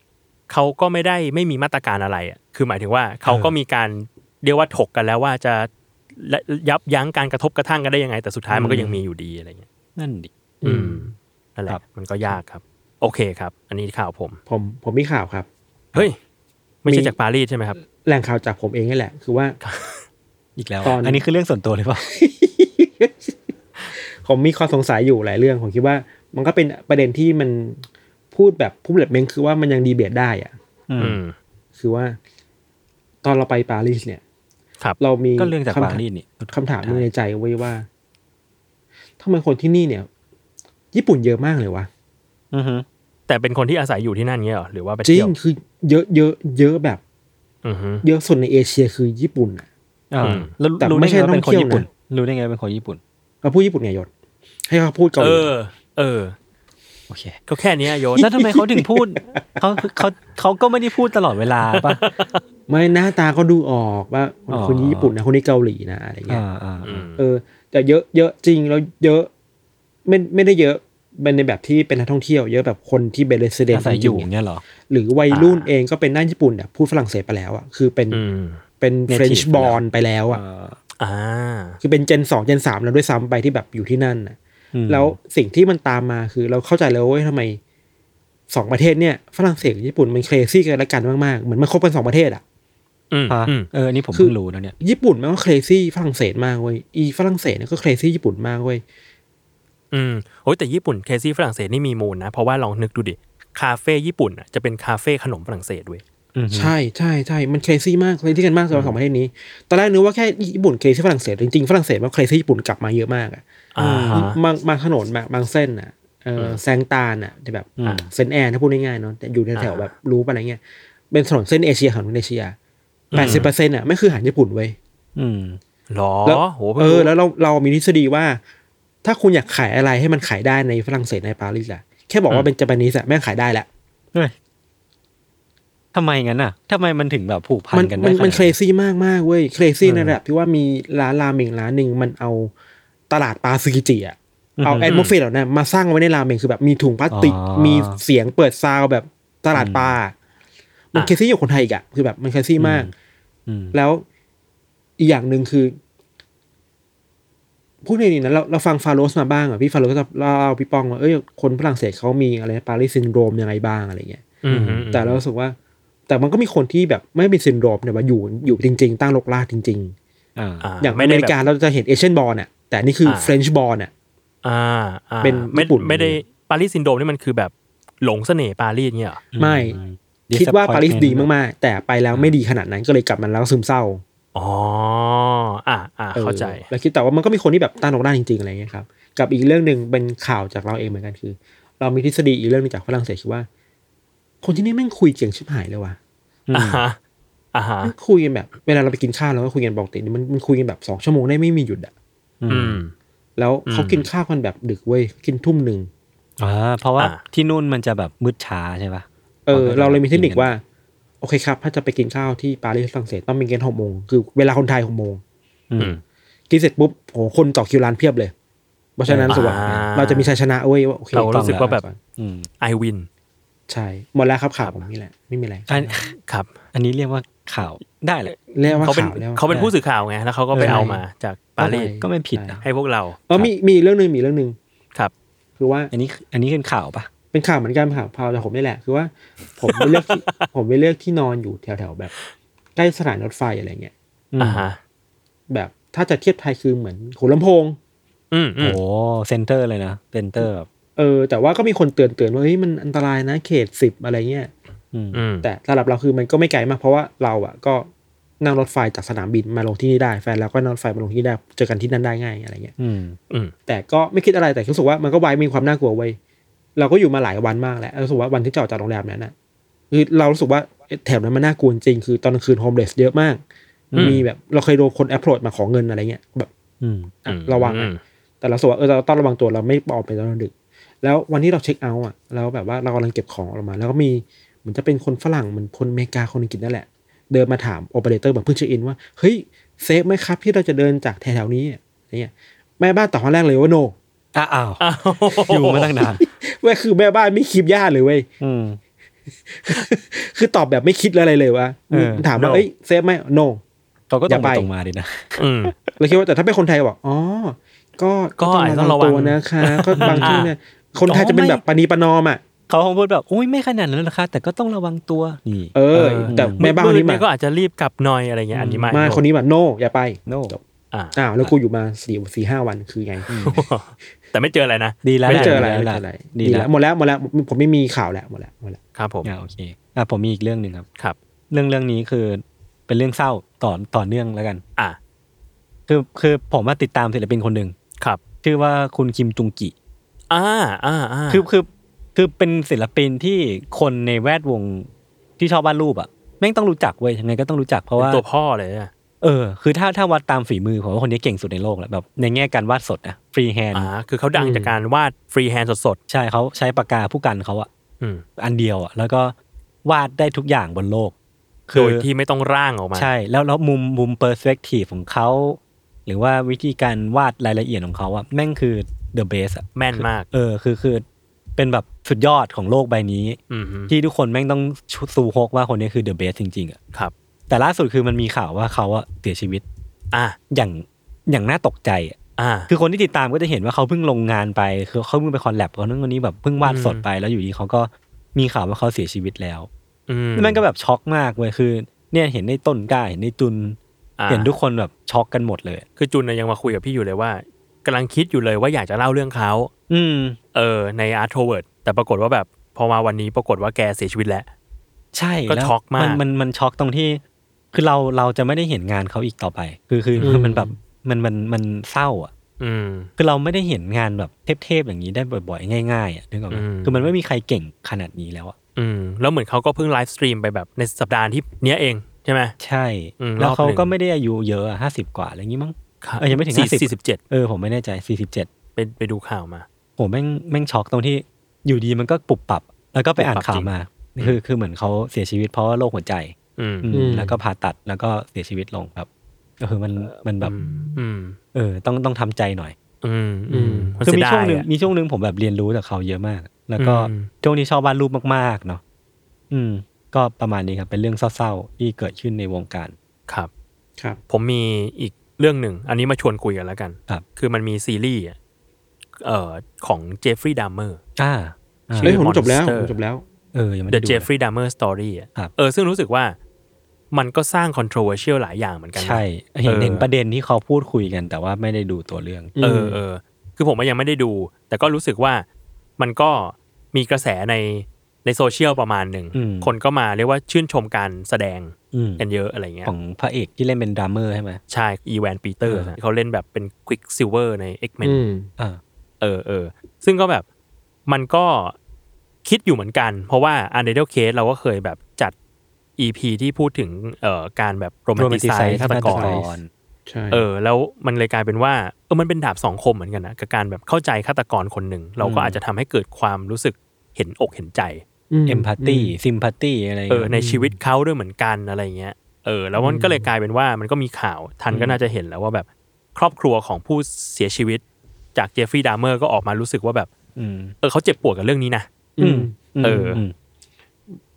Speaker 4: เขาก็ไม่ได้ไม่มีมาตรการอะไรอ่ะ คือหมายถึงว่าเขาก็มีการเรียกว่าถกกันแล้วว่าจะและยับยั้งการกระทบกระทั่งกันได้ยังไง แต่สุดท้ายมันก็ยังมีอยู่ดีอะไรเงี้ย
Speaker 2: นั่นดิ
Speaker 4: อืมนั่นแห
Speaker 2: ครั
Speaker 4: ละ
Speaker 2: บ
Speaker 4: มันก็ยากครับ โอเคครับ อันนี้ข่าวผม
Speaker 3: ผมผมมีข่าวครับ
Speaker 4: เฮ้ย ไม่
Speaker 3: มี
Speaker 4: ใช่จากปารีสใช่ไหมครับ
Speaker 3: แหล่งข่าวจากผมเองนี่แหละ คือว่า
Speaker 2: อีกแล้ว
Speaker 3: ต
Speaker 2: อะ
Speaker 3: อน
Speaker 2: อันนี้คือเรื่องส่วนตัวหรือเปล่า
Speaker 3: ผมมีความสงสัยอยู่หลายเรื่องผมคิดว่า มันก็เป็นประเด็นที่มันพูดแบบพูดแบบเม้งคือว่ามันยังดีเบตได้อะ
Speaker 2: อืม
Speaker 4: อืม
Speaker 3: คือว่า ตอนเราไปปารีสเนี่ย
Speaker 4: ครับ
Speaker 3: เรามี
Speaker 2: ก็เรื่องจาก
Speaker 3: คำถ
Speaker 2: ปาม รีสนี่
Speaker 3: คำถามหนึ่งในใจไว้ว่าทำไมคนที่นี่เนี่ย ญี่ปุ่นเยอะมากเลยวะ
Speaker 2: อือฮึ
Speaker 4: แต่เป็นคนที่อาศัยอยู่ที่นั่นเงี้ยเหรอหรือว่าไป
Speaker 3: จริ
Speaker 4: เที่
Speaker 3: ง
Speaker 4: ยว
Speaker 3: คือเยอะเยอะเยอะแบบ
Speaker 4: อือฮึ
Speaker 3: เยอะสุดในเอเชียคือญี่ปุ่นอะ
Speaker 2: อ่า
Speaker 4: อืม
Speaker 2: แล้ว
Speaker 3: แต่
Speaker 2: รู้
Speaker 3: ไม่
Speaker 2: ได้
Speaker 3: ใช่
Speaker 2: ไงว่าเป็นคน
Speaker 3: ท่องเที่ยว
Speaker 2: ญี่ปุ่น รู้ได้ไงว่าเป็นคนญี่ปุ่น
Speaker 3: เราพูดญี่ปุ่นไงยศให้เขาพูดเกาห
Speaker 4: เอ
Speaker 3: ลี
Speaker 4: อ เออ
Speaker 2: โอเค
Speaker 4: ก็แค่เนี้ยโยน
Speaker 2: แล้วทำไมเขาถึงพูด เขาเขาเขาก็ไม่ได้พูดตลอดเวลาป่ะ
Speaker 3: ไม่หน้าตาก็ดูออกว่า
Speaker 2: อ๋อ
Speaker 3: คนนี้ญี่ปุ่นนะคนนี้เกาหลีนะอะไรเงี้ย
Speaker 2: อ่าอ่า
Speaker 4: อืม
Speaker 3: เออแต่เยอะเยอะจริงแล้วเยอะไม่ไม่ได้เยอะเป็นในแบบที่เป็นนักท่องเที่ยว เยอะแบบคนที่เป็นเรสเดน
Speaker 2: อาศัยอยู่อย่างเงี้ยเหรอ
Speaker 3: หรือวัยรุ่นเองก็เป็นหน้าญี่ปุ่นแบบพูดฝรั่งเศสไปแล้วอ่ะคือเป็น
Speaker 4: อืม
Speaker 3: เป็น
Speaker 2: Native
Speaker 3: เฟรนช์บอลไปแล้วอ่ะ
Speaker 4: อ่า
Speaker 3: คือเป็นเจนสองเจนสามแล้วด้วยซ้ำไปที่แบบอยู่ที่นั่นนะ
Speaker 2: อืม
Speaker 3: แล้วสิ่งที่มันตามมาคือเราเข้าใจแล้วเว่าทำไมสองประเทศเนี่ยฝรั่งเศสกับญี่ปุ่นมันเครซี่กันและกันมากๆเหมือนมันคบกันสองประเทศอ่ะ
Speaker 4: อืม
Speaker 2: อ่ะ
Speaker 4: อืม
Speaker 2: เออ นี่ผม
Speaker 3: คือ
Speaker 2: เพิ่งรู้นะเนี่ย
Speaker 3: ญี่ปุ่นมันก็เครซี่ฝรั่งเศสมากเว้ยอีฝรั่งเศสเนี่ยก็เครซี่ญี่ปุ่นมากเว้ย
Speaker 4: อืมโอ้ยแต่ญี่ปุ่นเคซี่ฝรั่งเศสนี่มีมูลนะ เพราะว่าลองนึกดูดิ คาเฟ่ญี่ปุ่นอ่ะจะเป็นคาเฟ่ขนมฝรั่งเศสด้วย
Speaker 2: อืม
Speaker 3: ใช่ใช่ใช่มันเครซี่มากเลยที่กันมากสำหรับสองประเทศนี้ ตอนแรกนึกว่าแค่ญี่ปุ่นเครซี่ฝรั่งเศสจริงๆฝรั่งเศสมันเครซี่ญี่ปุ่นกลับมาเยอะมากอะ
Speaker 4: อ่าฮะ
Speaker 3: บางบางถนนบางบางเส้นอ่ะเอออแซงตาลอ่ะแต่แบบเซนแอนถ้าพูดง่ายๆเนาะแต่อยู่แถวๆ
Speaker 4: อ่า
Speaker 3: แบบรู้ปะอะไรเงี้ยเป็นถนนเส้นเอเชียของเอเชียแปดสิบเปอร์เซ็นต์อ่ะไม่คืออาหารญี่ปุ่นเว้ย
Speaker 2: อืม
Speaker 4: หรอ
Speaker 3: แล้ว
Speaker 4: โหพิ่ง
Speaker 3: เอ
Speaker 4: รู้
Speaker 3: อแล้วเราเรามีทฤษฎีว่า ถ้าคุณอยากขายอะไรให้มันขายได้ในฝรั่งเศสในปารีสอะแค่บอกว่าเป็นญี่ปุ่นอะแม่งขายได้ละ
Speaker 2: เฮ้ยทำไมงั้นอ่ะทำไมมันถึงแบบผูกพัน
Speaker 3: มัน
Speaker 2: กัน
Speaker 3: มั
Speaker 2: ได้
Speaker 3: น
Speaker 2: ขนาด
Speaker 3: มันเครซี่มากมากๆเว้ยเครซี่
Speaker 2: เออ
Speaker 3: ในระดับที่ว่ามีร้านราเมงร้านหนึ่งมันเอาตลาดปลาซูกิจิอะเอาแอดมอสเฟร์เหล่านั้นมาสร้างไว้ในราเมงคือแบบมีถุงพลาสติก
Speaker 2: อ๋อ
Speaker 3: มีเสียงเปิดซาวด์แบบตลาดปลา มันเครซี่อยู่คนไทยอีกอะคือแบบมันเครซี่มาก
Speaker 2: อืม
Speaker 3: แล้วอีกอย่างหนึ่งคือพูดในนี้นะเราเราฟังฟาโรสมาบ้างอะพี่ฟาโรสก็จะเล่าพี่ป้องว่าเอ้ยคนฝรั่งเศสเขามีอะไรปารีสซินโดรมยังไงบ้างอะไรเงี้ย
Speaker 4: อืมอืม
Speaker 3: แต่เรารู้สึกว่า แต่มันก็มีคนที่แบบไม่เป็นซินโดรมเนี่ยว่าอยู่อยู่จริง ๆ ตั้งรกรากจริง
Speaker 2: อ่า
Speaker 4: อ่า
Speaker 3: ๆ อย่าง
Speaker 4: ไม่
Speaker 3: อเม
Speaker 4: ได้
Speaker 3: ริ
Speaker 4: แบบ
Speaker 3: กาเราจะเห็นเอเชียนบอลน่ะแต่นี่คือ
Speaker 4: อ่า
Speaker 3: เฟรนช์บอลน่ะ
Speaker 4: อ่าอ่า
Speaker 3: เป็น
Speaker 4: ไม่
Speaker 3: ญี่ปุ่น
Speaker 4: ไม่ได้ปารีสซินโดรมนี่มันคือแบบหลงเสน่ห์ปารีสเงี้ยเหรอ
Speaker 3: ไม่
Speaker 2: Disappointment
Speaker 3: คิดว่าปารีสดีมากๆ แต่ไปแล้วไม่ดีขนาดนั้นก็เลยกลับมาแล้วซึมเศร้า
Speaker 4: อ๋ออ่าอ่าเข้าใจ
Speaker 3: ออแล้วคิดแต่ว่ามันก็มีคนที่แบบตั้งรกรากจริงๆอะไรเงี้ยครับกับอีกเรื่องหนึ่งเป็นข่าวจากเราเองเหมือนกันคือ เรามีทฤษฎีอีกเรื่องหนึงจากฝรั่งเศสคือว่า คนที่นี่แม่งคุยเก่งชิบหายเลยว่ะ
Speaker 4: อ่าฮะอ่าฮะ
Speaker 3: แม่งคุยกันแบบเวลาเราไปกินข้าวเราก็คุยกันปกติมันมันคุยกันแบบสองชั่วโมงได้ไม่มีหยุดอะ
Speaker 4: อืม
Speaker 3: แล้วเขากินข้าวกันแบบดึกเว้ยกินทุ่มหนึ่ง
Speaker 2: อ่าเพราะว่า
Speaker 4: อ่า
Speaker 2: ที่นู่นมันจะแบบมืดช้าใช่ปะ
Speaker 3: เออ
Speaker 2: มันก็จะ
Speaker 3: เราเลยมีเทคนิค
Speaker 2: กินกัน
Speaker 3: ว่า โอเคครับ ถ้าจะไปกินข้าวที่ปารีสฝรั่งเศสต้องเป็นเกณฑ์หกโมงคือเวลาคนไทยหกโมง
Speaker 2: อืม
Speaker 3: กินเสร็จปุ๊บโหคนต่อคิวร้านเพียบเลย เพราะฉะนั้น
Speaker 4: อ่า
Speaker 3: สว่าเราจะมีชัยชนะเว้ยว่าโอเค
Speaker 4: เรารู้สึก
Speaker 3: ต้อง
Speaker 4: ว่าแบบ
Speaker 3: ก่อน
Speaker 2: อืม
Speaker 4: ไอวิน
Speaker 3: ใช่หมดแล้วครับข่าวผมนี่แหละไม่มีอะไร
Speaker 2: อัน
Speaker 4: ครับ
Speaker 2: อันนี้เรียกว่าข่าวได้แหละ
Speaker 3: เรียกว่า
Speaker 4: เขาเป็น
Speaker 3: ข่าวแล้ว
Speaker 4: เขาเป็นผู้สื่อข่าวไงแล้วเขาก็ไป
Speaker 2: เออ
Speaker 4: เอามาจากปารีส
Speaker 3: ใช่
Speaker 2: ก็ไม่ผิดนะ
Speaker 4: ให้พวกเรา
Speaker 3: เออมีมีเรื่องหนึ่งมีเรื่องหนึ่ง
Speaker 4: ครับ
Speaker 3: คือว่า
Speaker 2: อันนี้อันนี้คือข่าวปะ
Speaker 3: เป็นข่าวเหมือนกันข่าวพาวแต่ผมนี่แหละคือว่า ผมไปเลือกที่ ผมไปเลือกที่นอนอยู่แถวแถวๆแบบ ใกล้สถานรถไฟอะไรเงี้ย
Speaker 2: อืม
Speaker 4: อ่าฮะ
Speaker 3: แบบถ้าจะเทียบไทยคือเหมือนหัวลำโพง
Speaker 4: อืมอื
Speaker 2: โอ้
Speaker 4: ม
Speaker 2: โหเซนเตอร์เลยนะเซนเตอร์แบบ
Speaker 3: เออแต่ว่าก็มีคนเตือนเตือนว่าเฮ้ยมันอันตรายนะเขตสิบอะไรเงี้ย
Speaker 2: อืม
Speaker 4: อืม
Speaker 3: แต่สำหรับเราคือมันก็ไม่ไกลมาก เพราะว่าเราอ่ะก็นั่งรถไฟจากสนามบินมาลงที่นี่ได้แฟนเราก็นั่งรถไฟมาลงที่นี่ได้เจอกันที่นั่นได้ง่ายอะไรเงี้ย
Speaker 2: อืม
Speaker 4: อืม
Speaker 3: แต่ก็ไม่คิดอะไรแต่รู้สึกว่ามันก็ไว้มีความน่ากลัวไว้ยเราก็อยู่มาหลายวันมากแล้วรู้สึกว่าวันที่จะออกจากโรงแรมนั้นน่ะคือเรารู้สึกว่าแถวนั้นมันน่ากลัวจริงคือตอนกลางคืนโฮมเลสเยอะมากมีแบบเราเคยโดนคนแอปโหลดมาขอเงินอะไรเงี้ยแบบ
Speaker 2: อืม
Speaker 3: อ่ะระวังนะแต่เรารู้สึกว่าเออเราต้องระวังตัวเราไม่ออกไปตอนกลางดึก แล้ววันที่เราเช็คเอาท์อ่ะแล้วแบบว่าเรากำลังเก็บของออกมา แล้วก็มีเหมือนจะเป็นคนฝรั่งเหมือนคนอเมริกาคนอังกฤษนั่นแหละ เดินมาถามโอเปอเรเตอร์แบบเพิ่งเช็คอินว่า เฮ้ย เซฟไหมครับที่เราจะเดินจากแถวๆนี้อะไรเงี้ยแม่บ้านตอบครั้งแรกเลยว่าโน
Speaker 2: อ่ะอ้าว
Speaker 4: อ้าว
Speaker 2: อยู่มาตั้งนาน
Speaker 3: เว้ยคือแม่บ้านไม่คิดญาติเลยเว้ย
Speaker 2: อืม
Speaker 3: คือตอบแบบไม่คิดอะไรเลยว่า
Speaker 2: เออ
Speaker 3: ถามว่าเอ้ยเซฟไหมโน
Speaker 2: เขาก็
Speaker 3: อ
Speaker 2: ตร
Speaker 3: ย่าง ไป
Speaker 2: ไปตรงมาดีนะ
Speaker 4: อืม
Speaker 3: เราคิดว่าแต่ถ้าเป็นคนไทยบอกอ๋อก็
Speaker 4: ก็อาจจะต้องระวัง
Speaker 3: ตัวนะคะก็บางที่เนี่ยคนไทยจะเป็นแบบปณีประนอมอ่ะ
Speaker 2: เขาคงพูดแบบอุ้ยไม่ขนาดนั้นหรอกค่ะแต่ก็ต้องระวังตัวนี่
Speaker 3: เออ แต่แม่บ้านคนนี้
Speaker 4: แม่
Speaker 3: มา
Speaker 4: ก็อาจจะรีบกลับหน่อยอะไรเงี้ยอันนี้ไม่
Speaker 3: ไม่คนนี้แบบโน อย่าไป
Speaker 2: No
Speaker 3: จบ
Speaker 4: อ่า
Speaker 3: อ้าวแล้วกูอยู่มาสี่สี่ห้าวันคือไง
Speaker 4: แต่ไม่เจออะไรนะ
Speaker 2: ดีแล้ว
Speaker 3: ไม่เจออะไร
Speaker 2: แหล
Speaker 3: ไม่เจอ
Speaker 2: ดี
Speaker 3: อะไร
Speaker 2: แล้ว
Speaker 3: ดี
Speaker 2: ดี
Speaker 3: แล้
Speaker 2: แล้ว ว
Speaker 3: หมดแล้วหมดแล้วผมไม่มีข่าวแล้วหมดแล้วหมดแล้ว
Speaker 4: ครับผม
Speaker 2: อ่ะโอเคอ่ะผมมีอีกเรื่องหนึ่งครับ
Speaker 4: ครับ
Speaker 2: เรื่องเรื่องนี้คือเป็นเรื่องเศร้าต่อต่อเนื่องแล้วกัน
Speaker 4: อ่า
Speaker 2: คือคือผมมาติดตามศิลปินคนหนึ่ง
Speaker 4: ครับ
Speaker 2: ชื่อว่าคุณคิมจุงกิ
Speaker 4: อ่าอ่าอ่า
Speaker 2: คือคือคือเป็นศิลปินที่คนในแวดวงที่ชอบวาดรูปอ่ะแม่งต้องรู้จักเว้ยยังไงก็ต้องรู้จักเพราะว่า
Speaker 4: เป็นตัวพ่อเลยอะ
Speaker 2: เออคือถ้าถ้าวัดตามฝีมือผมว่าคนนี้เก่งสุดในโลกแหละแบบในแง่การวาดสดนะฟรีแฮนด์
Speaker 4: อ่าคือเขาดังจากการวาดฟรีแฮนด์สด
Speaker 2: ใช่เขาใช้ปากกาผู้กันเขาอะ
Speaker 4: ๆอืม
Speaker 2: อันเดียวอะแล้วก็วาดได้ทุกอย่างบนโลก
Speaker 4: โดยที่ไม่ต้องร่างออกมา
Speaker 2: ใช่แล้วแล้วมุมมุมเปอร์สเปกทีฟของเขาหรือว่าวิธีการวาดรายละเอียดของเขาอะแม่งคือเดอะเบสอะ
Speaker 4: แม่นมาก
Speaker 2: เออคือคือเป็นแบบสุดยอดของโลกใบนี้
Speaker 4: อืมฮึ
Speaker 2: ที่ทุกคนแม่งต้องชูซูฮกว่าคนนี้คือเดอะเบสจริงๆอะ
Speaker 4: ครับ
Speaker 2: แต่ล่าสุดคือมันมีข่าวว่าเขาอะเสียชีวิต
Speaker 4: อ่า
Speaker 2: อย่างอย่างน่าตกใจอะ
Speaker 4: อ่า
Speaker 2: คือคนที่ติดตามก็จะเห็นว่าเขาเพิ่งลงงานไปคือเขาเพิ่งไปคอนแลบเขาเรื่องวันนี้แบบเพิ่งวาดสดไปแล้วอยู่ดีเขาก็มีข่าวว่าเขาเสียชีวิตแล้ว
Speaker 4: อืม
Speaker 2: มันก็แบบช็อกมากเว้ยคือ เนี่ยเห็นในต้นกล้าเห็นในจุน
Speaker 4: อ่า
Speaker 2: เห็นทุกคนแบบช็อกกันหมดเลย
Speaker 4: คือจุนน่ะยังมาคุยกับพี่อยู่เลยว่ากำลังคิดอยู่เลยว่าอยากจะเล่าเรื่องเขา
Speaker 2: อืม
Speaker 4: เออในอาร์ทเวิร์ดแต่ปรากฏว่าแบบพอมาวันนี้ปรากฏว่าแกเสียชีวิตแล้ว
Speaker 2: ใช่
Speaker 4: ก็
Speaker 2: แล้ว
Speaker 4: ช็อกมาก
Speaker 2: นมันมันช็อกตรงที่ คือเราเราจะไม่ได้เห็นงานเขาอีกต่อไป คือคือคือมันแบบมันมันมันเศร้าอ่ะ
Speaker 4: อืม
Speaker 2: คือเราไม่ได้เห็นงานแบบเทพๆอย่างนี้ได้บ่อยๆ ง่ายๆอ่ะนึกออกไหม
Speaker 4: อืม
Speaker 2: คือมันไม่มีใครเก่งขนาดนี้แล้วอ่ะ
Speaker 4: อืมแล้วเหมือนเขาก็เพิ่งไลฟ์สตรีมไปแบบในสัปดาห์ที่เนี้ยเองใช่ไหม
Speaker 2: ใช่
Speaker 4: อืม
Speaker 2: แล้ว
Speaker 4: รอบหนึ่ง
Speaker 2: เขาก็ไม่ได้อายุเยอะห้าสิบกว่าอะไรอย่างงี้มั้ง เออยังไม่ถึง50
Speaker 4: สี่สิบเจ็ด
Speaker 2: เออผมไม่แน่ใจสี่สิบเจ็ด
Speaker 4: ไปไปดูข่าวมา
Speaker 2: ผมแม่งแม่งช็อกตรงที่อยู่ดีมันก็ปุบปับ แล้วก็ไปอ่าน
Speaker 4: ปุบปับ
Speaker 2: ข่า
Speaker 4: จริ
Speaker 2: ว
Speaker 4: ง
Speaker 2: มา คือคือเหมือนเขาเสียชีวิตเพราะว่าโรคหัวใจ
Speaker 4: อืม
Speaker 2: อืม
Speaker 3: อืม
Speaker 2: แล้วก็ผ่าตัดแล้วก็เสียชีวิตลงครับก็คือมันมันแบบ
Speaker 4: อืม
Speaker 2: เออต้องต้องทำใจหน่อย
Speaker 4: อืมอืมน
Speaker 2: คือ
Speaker 4: เสี
Speaker 2: มี
Speaker 4: ยดา
Speaker 2: ช่วง
Speaker 4: ย
Speaker 2: หนึ่ง
Speaker 4: อะ
Speaker 2: มีช่วงหนึ่งผมแบบเรียนรู้จากเขาเยอะมาก แล้วก็
Speaker 4: อืม
Speaker 2: ช่วงนี้ชอบวาดรูปมากๆเนาะอืม ก็ประมาณนี้ครับ เป็นเรื่องเศร้าๆ ที่เกิดขึ้นในวงการ
Speaker 4: ครับ
Speaker 3: ครับ
Speaker 4: ผมมีอีกเรื่องหนึ่ง อันนี้มาชวนคุยกันแล้วกัน
Speaker 2: ครับ
Speaker 4: คือมันมีซีรีส์อะเอ่อของเจฟฟรีย์ดัมเมอร์
Speaker 2: อ่าอ่า
Speaker 3: เฮ้ยผม
Speaker 4: Monster
Speaker 3: จบแล้วผมจบแล้ว
Speaker 2: เออยังไม่
Speaker 4: The
Speaker 2: ได้ดู
Speaker 4: Jeffrey Dahmer Story อะ
Speaker 2: ครับ
Speaker 4: เออซึ่งรู้สึกว่ามันก็สร้าง controversial หลายอย่างเหมือนกันนะ
Speaker 2: ใช่เห็น
Speaker 4: เออ
Speaker 2: เห็นประเด็นที่เขาพูดคุยกัน แต่ว่าไม่ได้ดูตัวเรื่อง
Speaker 3: อืม
Speaker 4: เออเออคือผมว่ายังไม่ได้ดู แต่ก็รู้สึกว่ามันก็มีกระแสในในโซเชียลประมาณหนึ่ง
Speaker 2: อืม
Speaker 4: คนก็มาเรียกว่าชื่นชมการแสดง
Speaker 2: อืม
Speaker 4: กันเยอะอะไรเงี้ย
Speaker 2: ของพระเอกที่เล่นเป็นดรัมเมอร์ใช่ไหม
Speaker 4: ใช่อีแวนปีเตอร์
Speaker 2: เออ
Speaker 4: เขาเล่นแบบเป็นควิกซิลเวอร์ใน X-Men
Speaker 3: อืม
Speaker 2: อ่า
Speaker 4: เออเออซึ่งก็แบบมันก็คิดอยู่เหมือนกัน เพราะว่าอันเดอร์เคสเราก็เคยแบบจัด EP ที่พูดถึงเอ่อการแบบโรแมนติไซส์ฆาตกร
Speaker 3: ฆาตกร ใช่
Speaker 4: เออแล้วมันเลยกลายเป็นว่าเออมันเป็นดาบสองคมเหมือนกันนะกับการแบบเข้าใจฆาตกรคนหนึ่งเราก็อาจจะทำให้เกิดความรู้สึกเห็นอกเห็นใจ
Speaker 2: เอมพัตตี้ซิมพัตตี้อะไร
Speaker 4: เออ
Speaker 2: งี้ย
Speaker 4: ในชีวิตเขาด้วยเหมือนกันอะไรเงี้ยเออแล้วมันก็เลยกลายเป็นว่ามันก็มีข่าวทันก็น่าจะเห็นแล้วว่าแบบครอบครัวของผู้เสียชีวิต จากเจฟฟรีย์ดาเมอร์ก็ออกมารู้สึกว่าแบบ
Speaker 2: อืม
Speaker 4: เออเขาเจ็บปวดกับเรื่องนี้นะ
Speaker 3: อืม
Speaker 4: เออ
Speaker 2: ม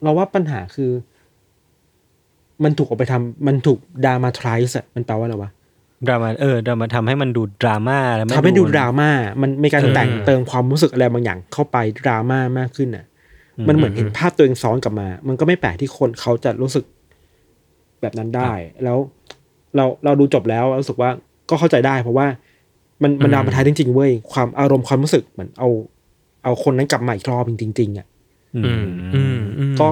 Speaker 3: เราว่าปัญหาคือ มันถูกเอาไปทำมันถูกดรามาทริสอะมันแปลว่าอะไรวะ
Speaker 2: ดราม่าเออดราม่าทำให้มันดูดราม่าแล้วไม่
Speaker 3: ทำให้ดูดราม่ามันมีการ
Speaker 4: เออ
Speaker 3: แต่งเติมความรู้สึกอะไรบางอย่างเข้าไปดราม่ามากขึ้นอะมันเหมือนเห็นภาพตัวเองซ้อนกลับมา มันก็ไม่แปลกที่คนเขาจะรู้สึกแบบนั้นได้ แล้ว เราเราดูจบแล้วรู้สึกว่าก็เข้าใจได้ เพราะว่า มันมันดรามาทริสจริงๆเว้ยความอารมณ์ความรู้สึกเหมือนเอา เอาคนนั้นกลับมาอีกรอบจริงๆอะ
Speaker 2: อื
Speaker 4: อื
Speaker 2: ม
Speaker 4: มอืมอืม
Speaker 3: ก็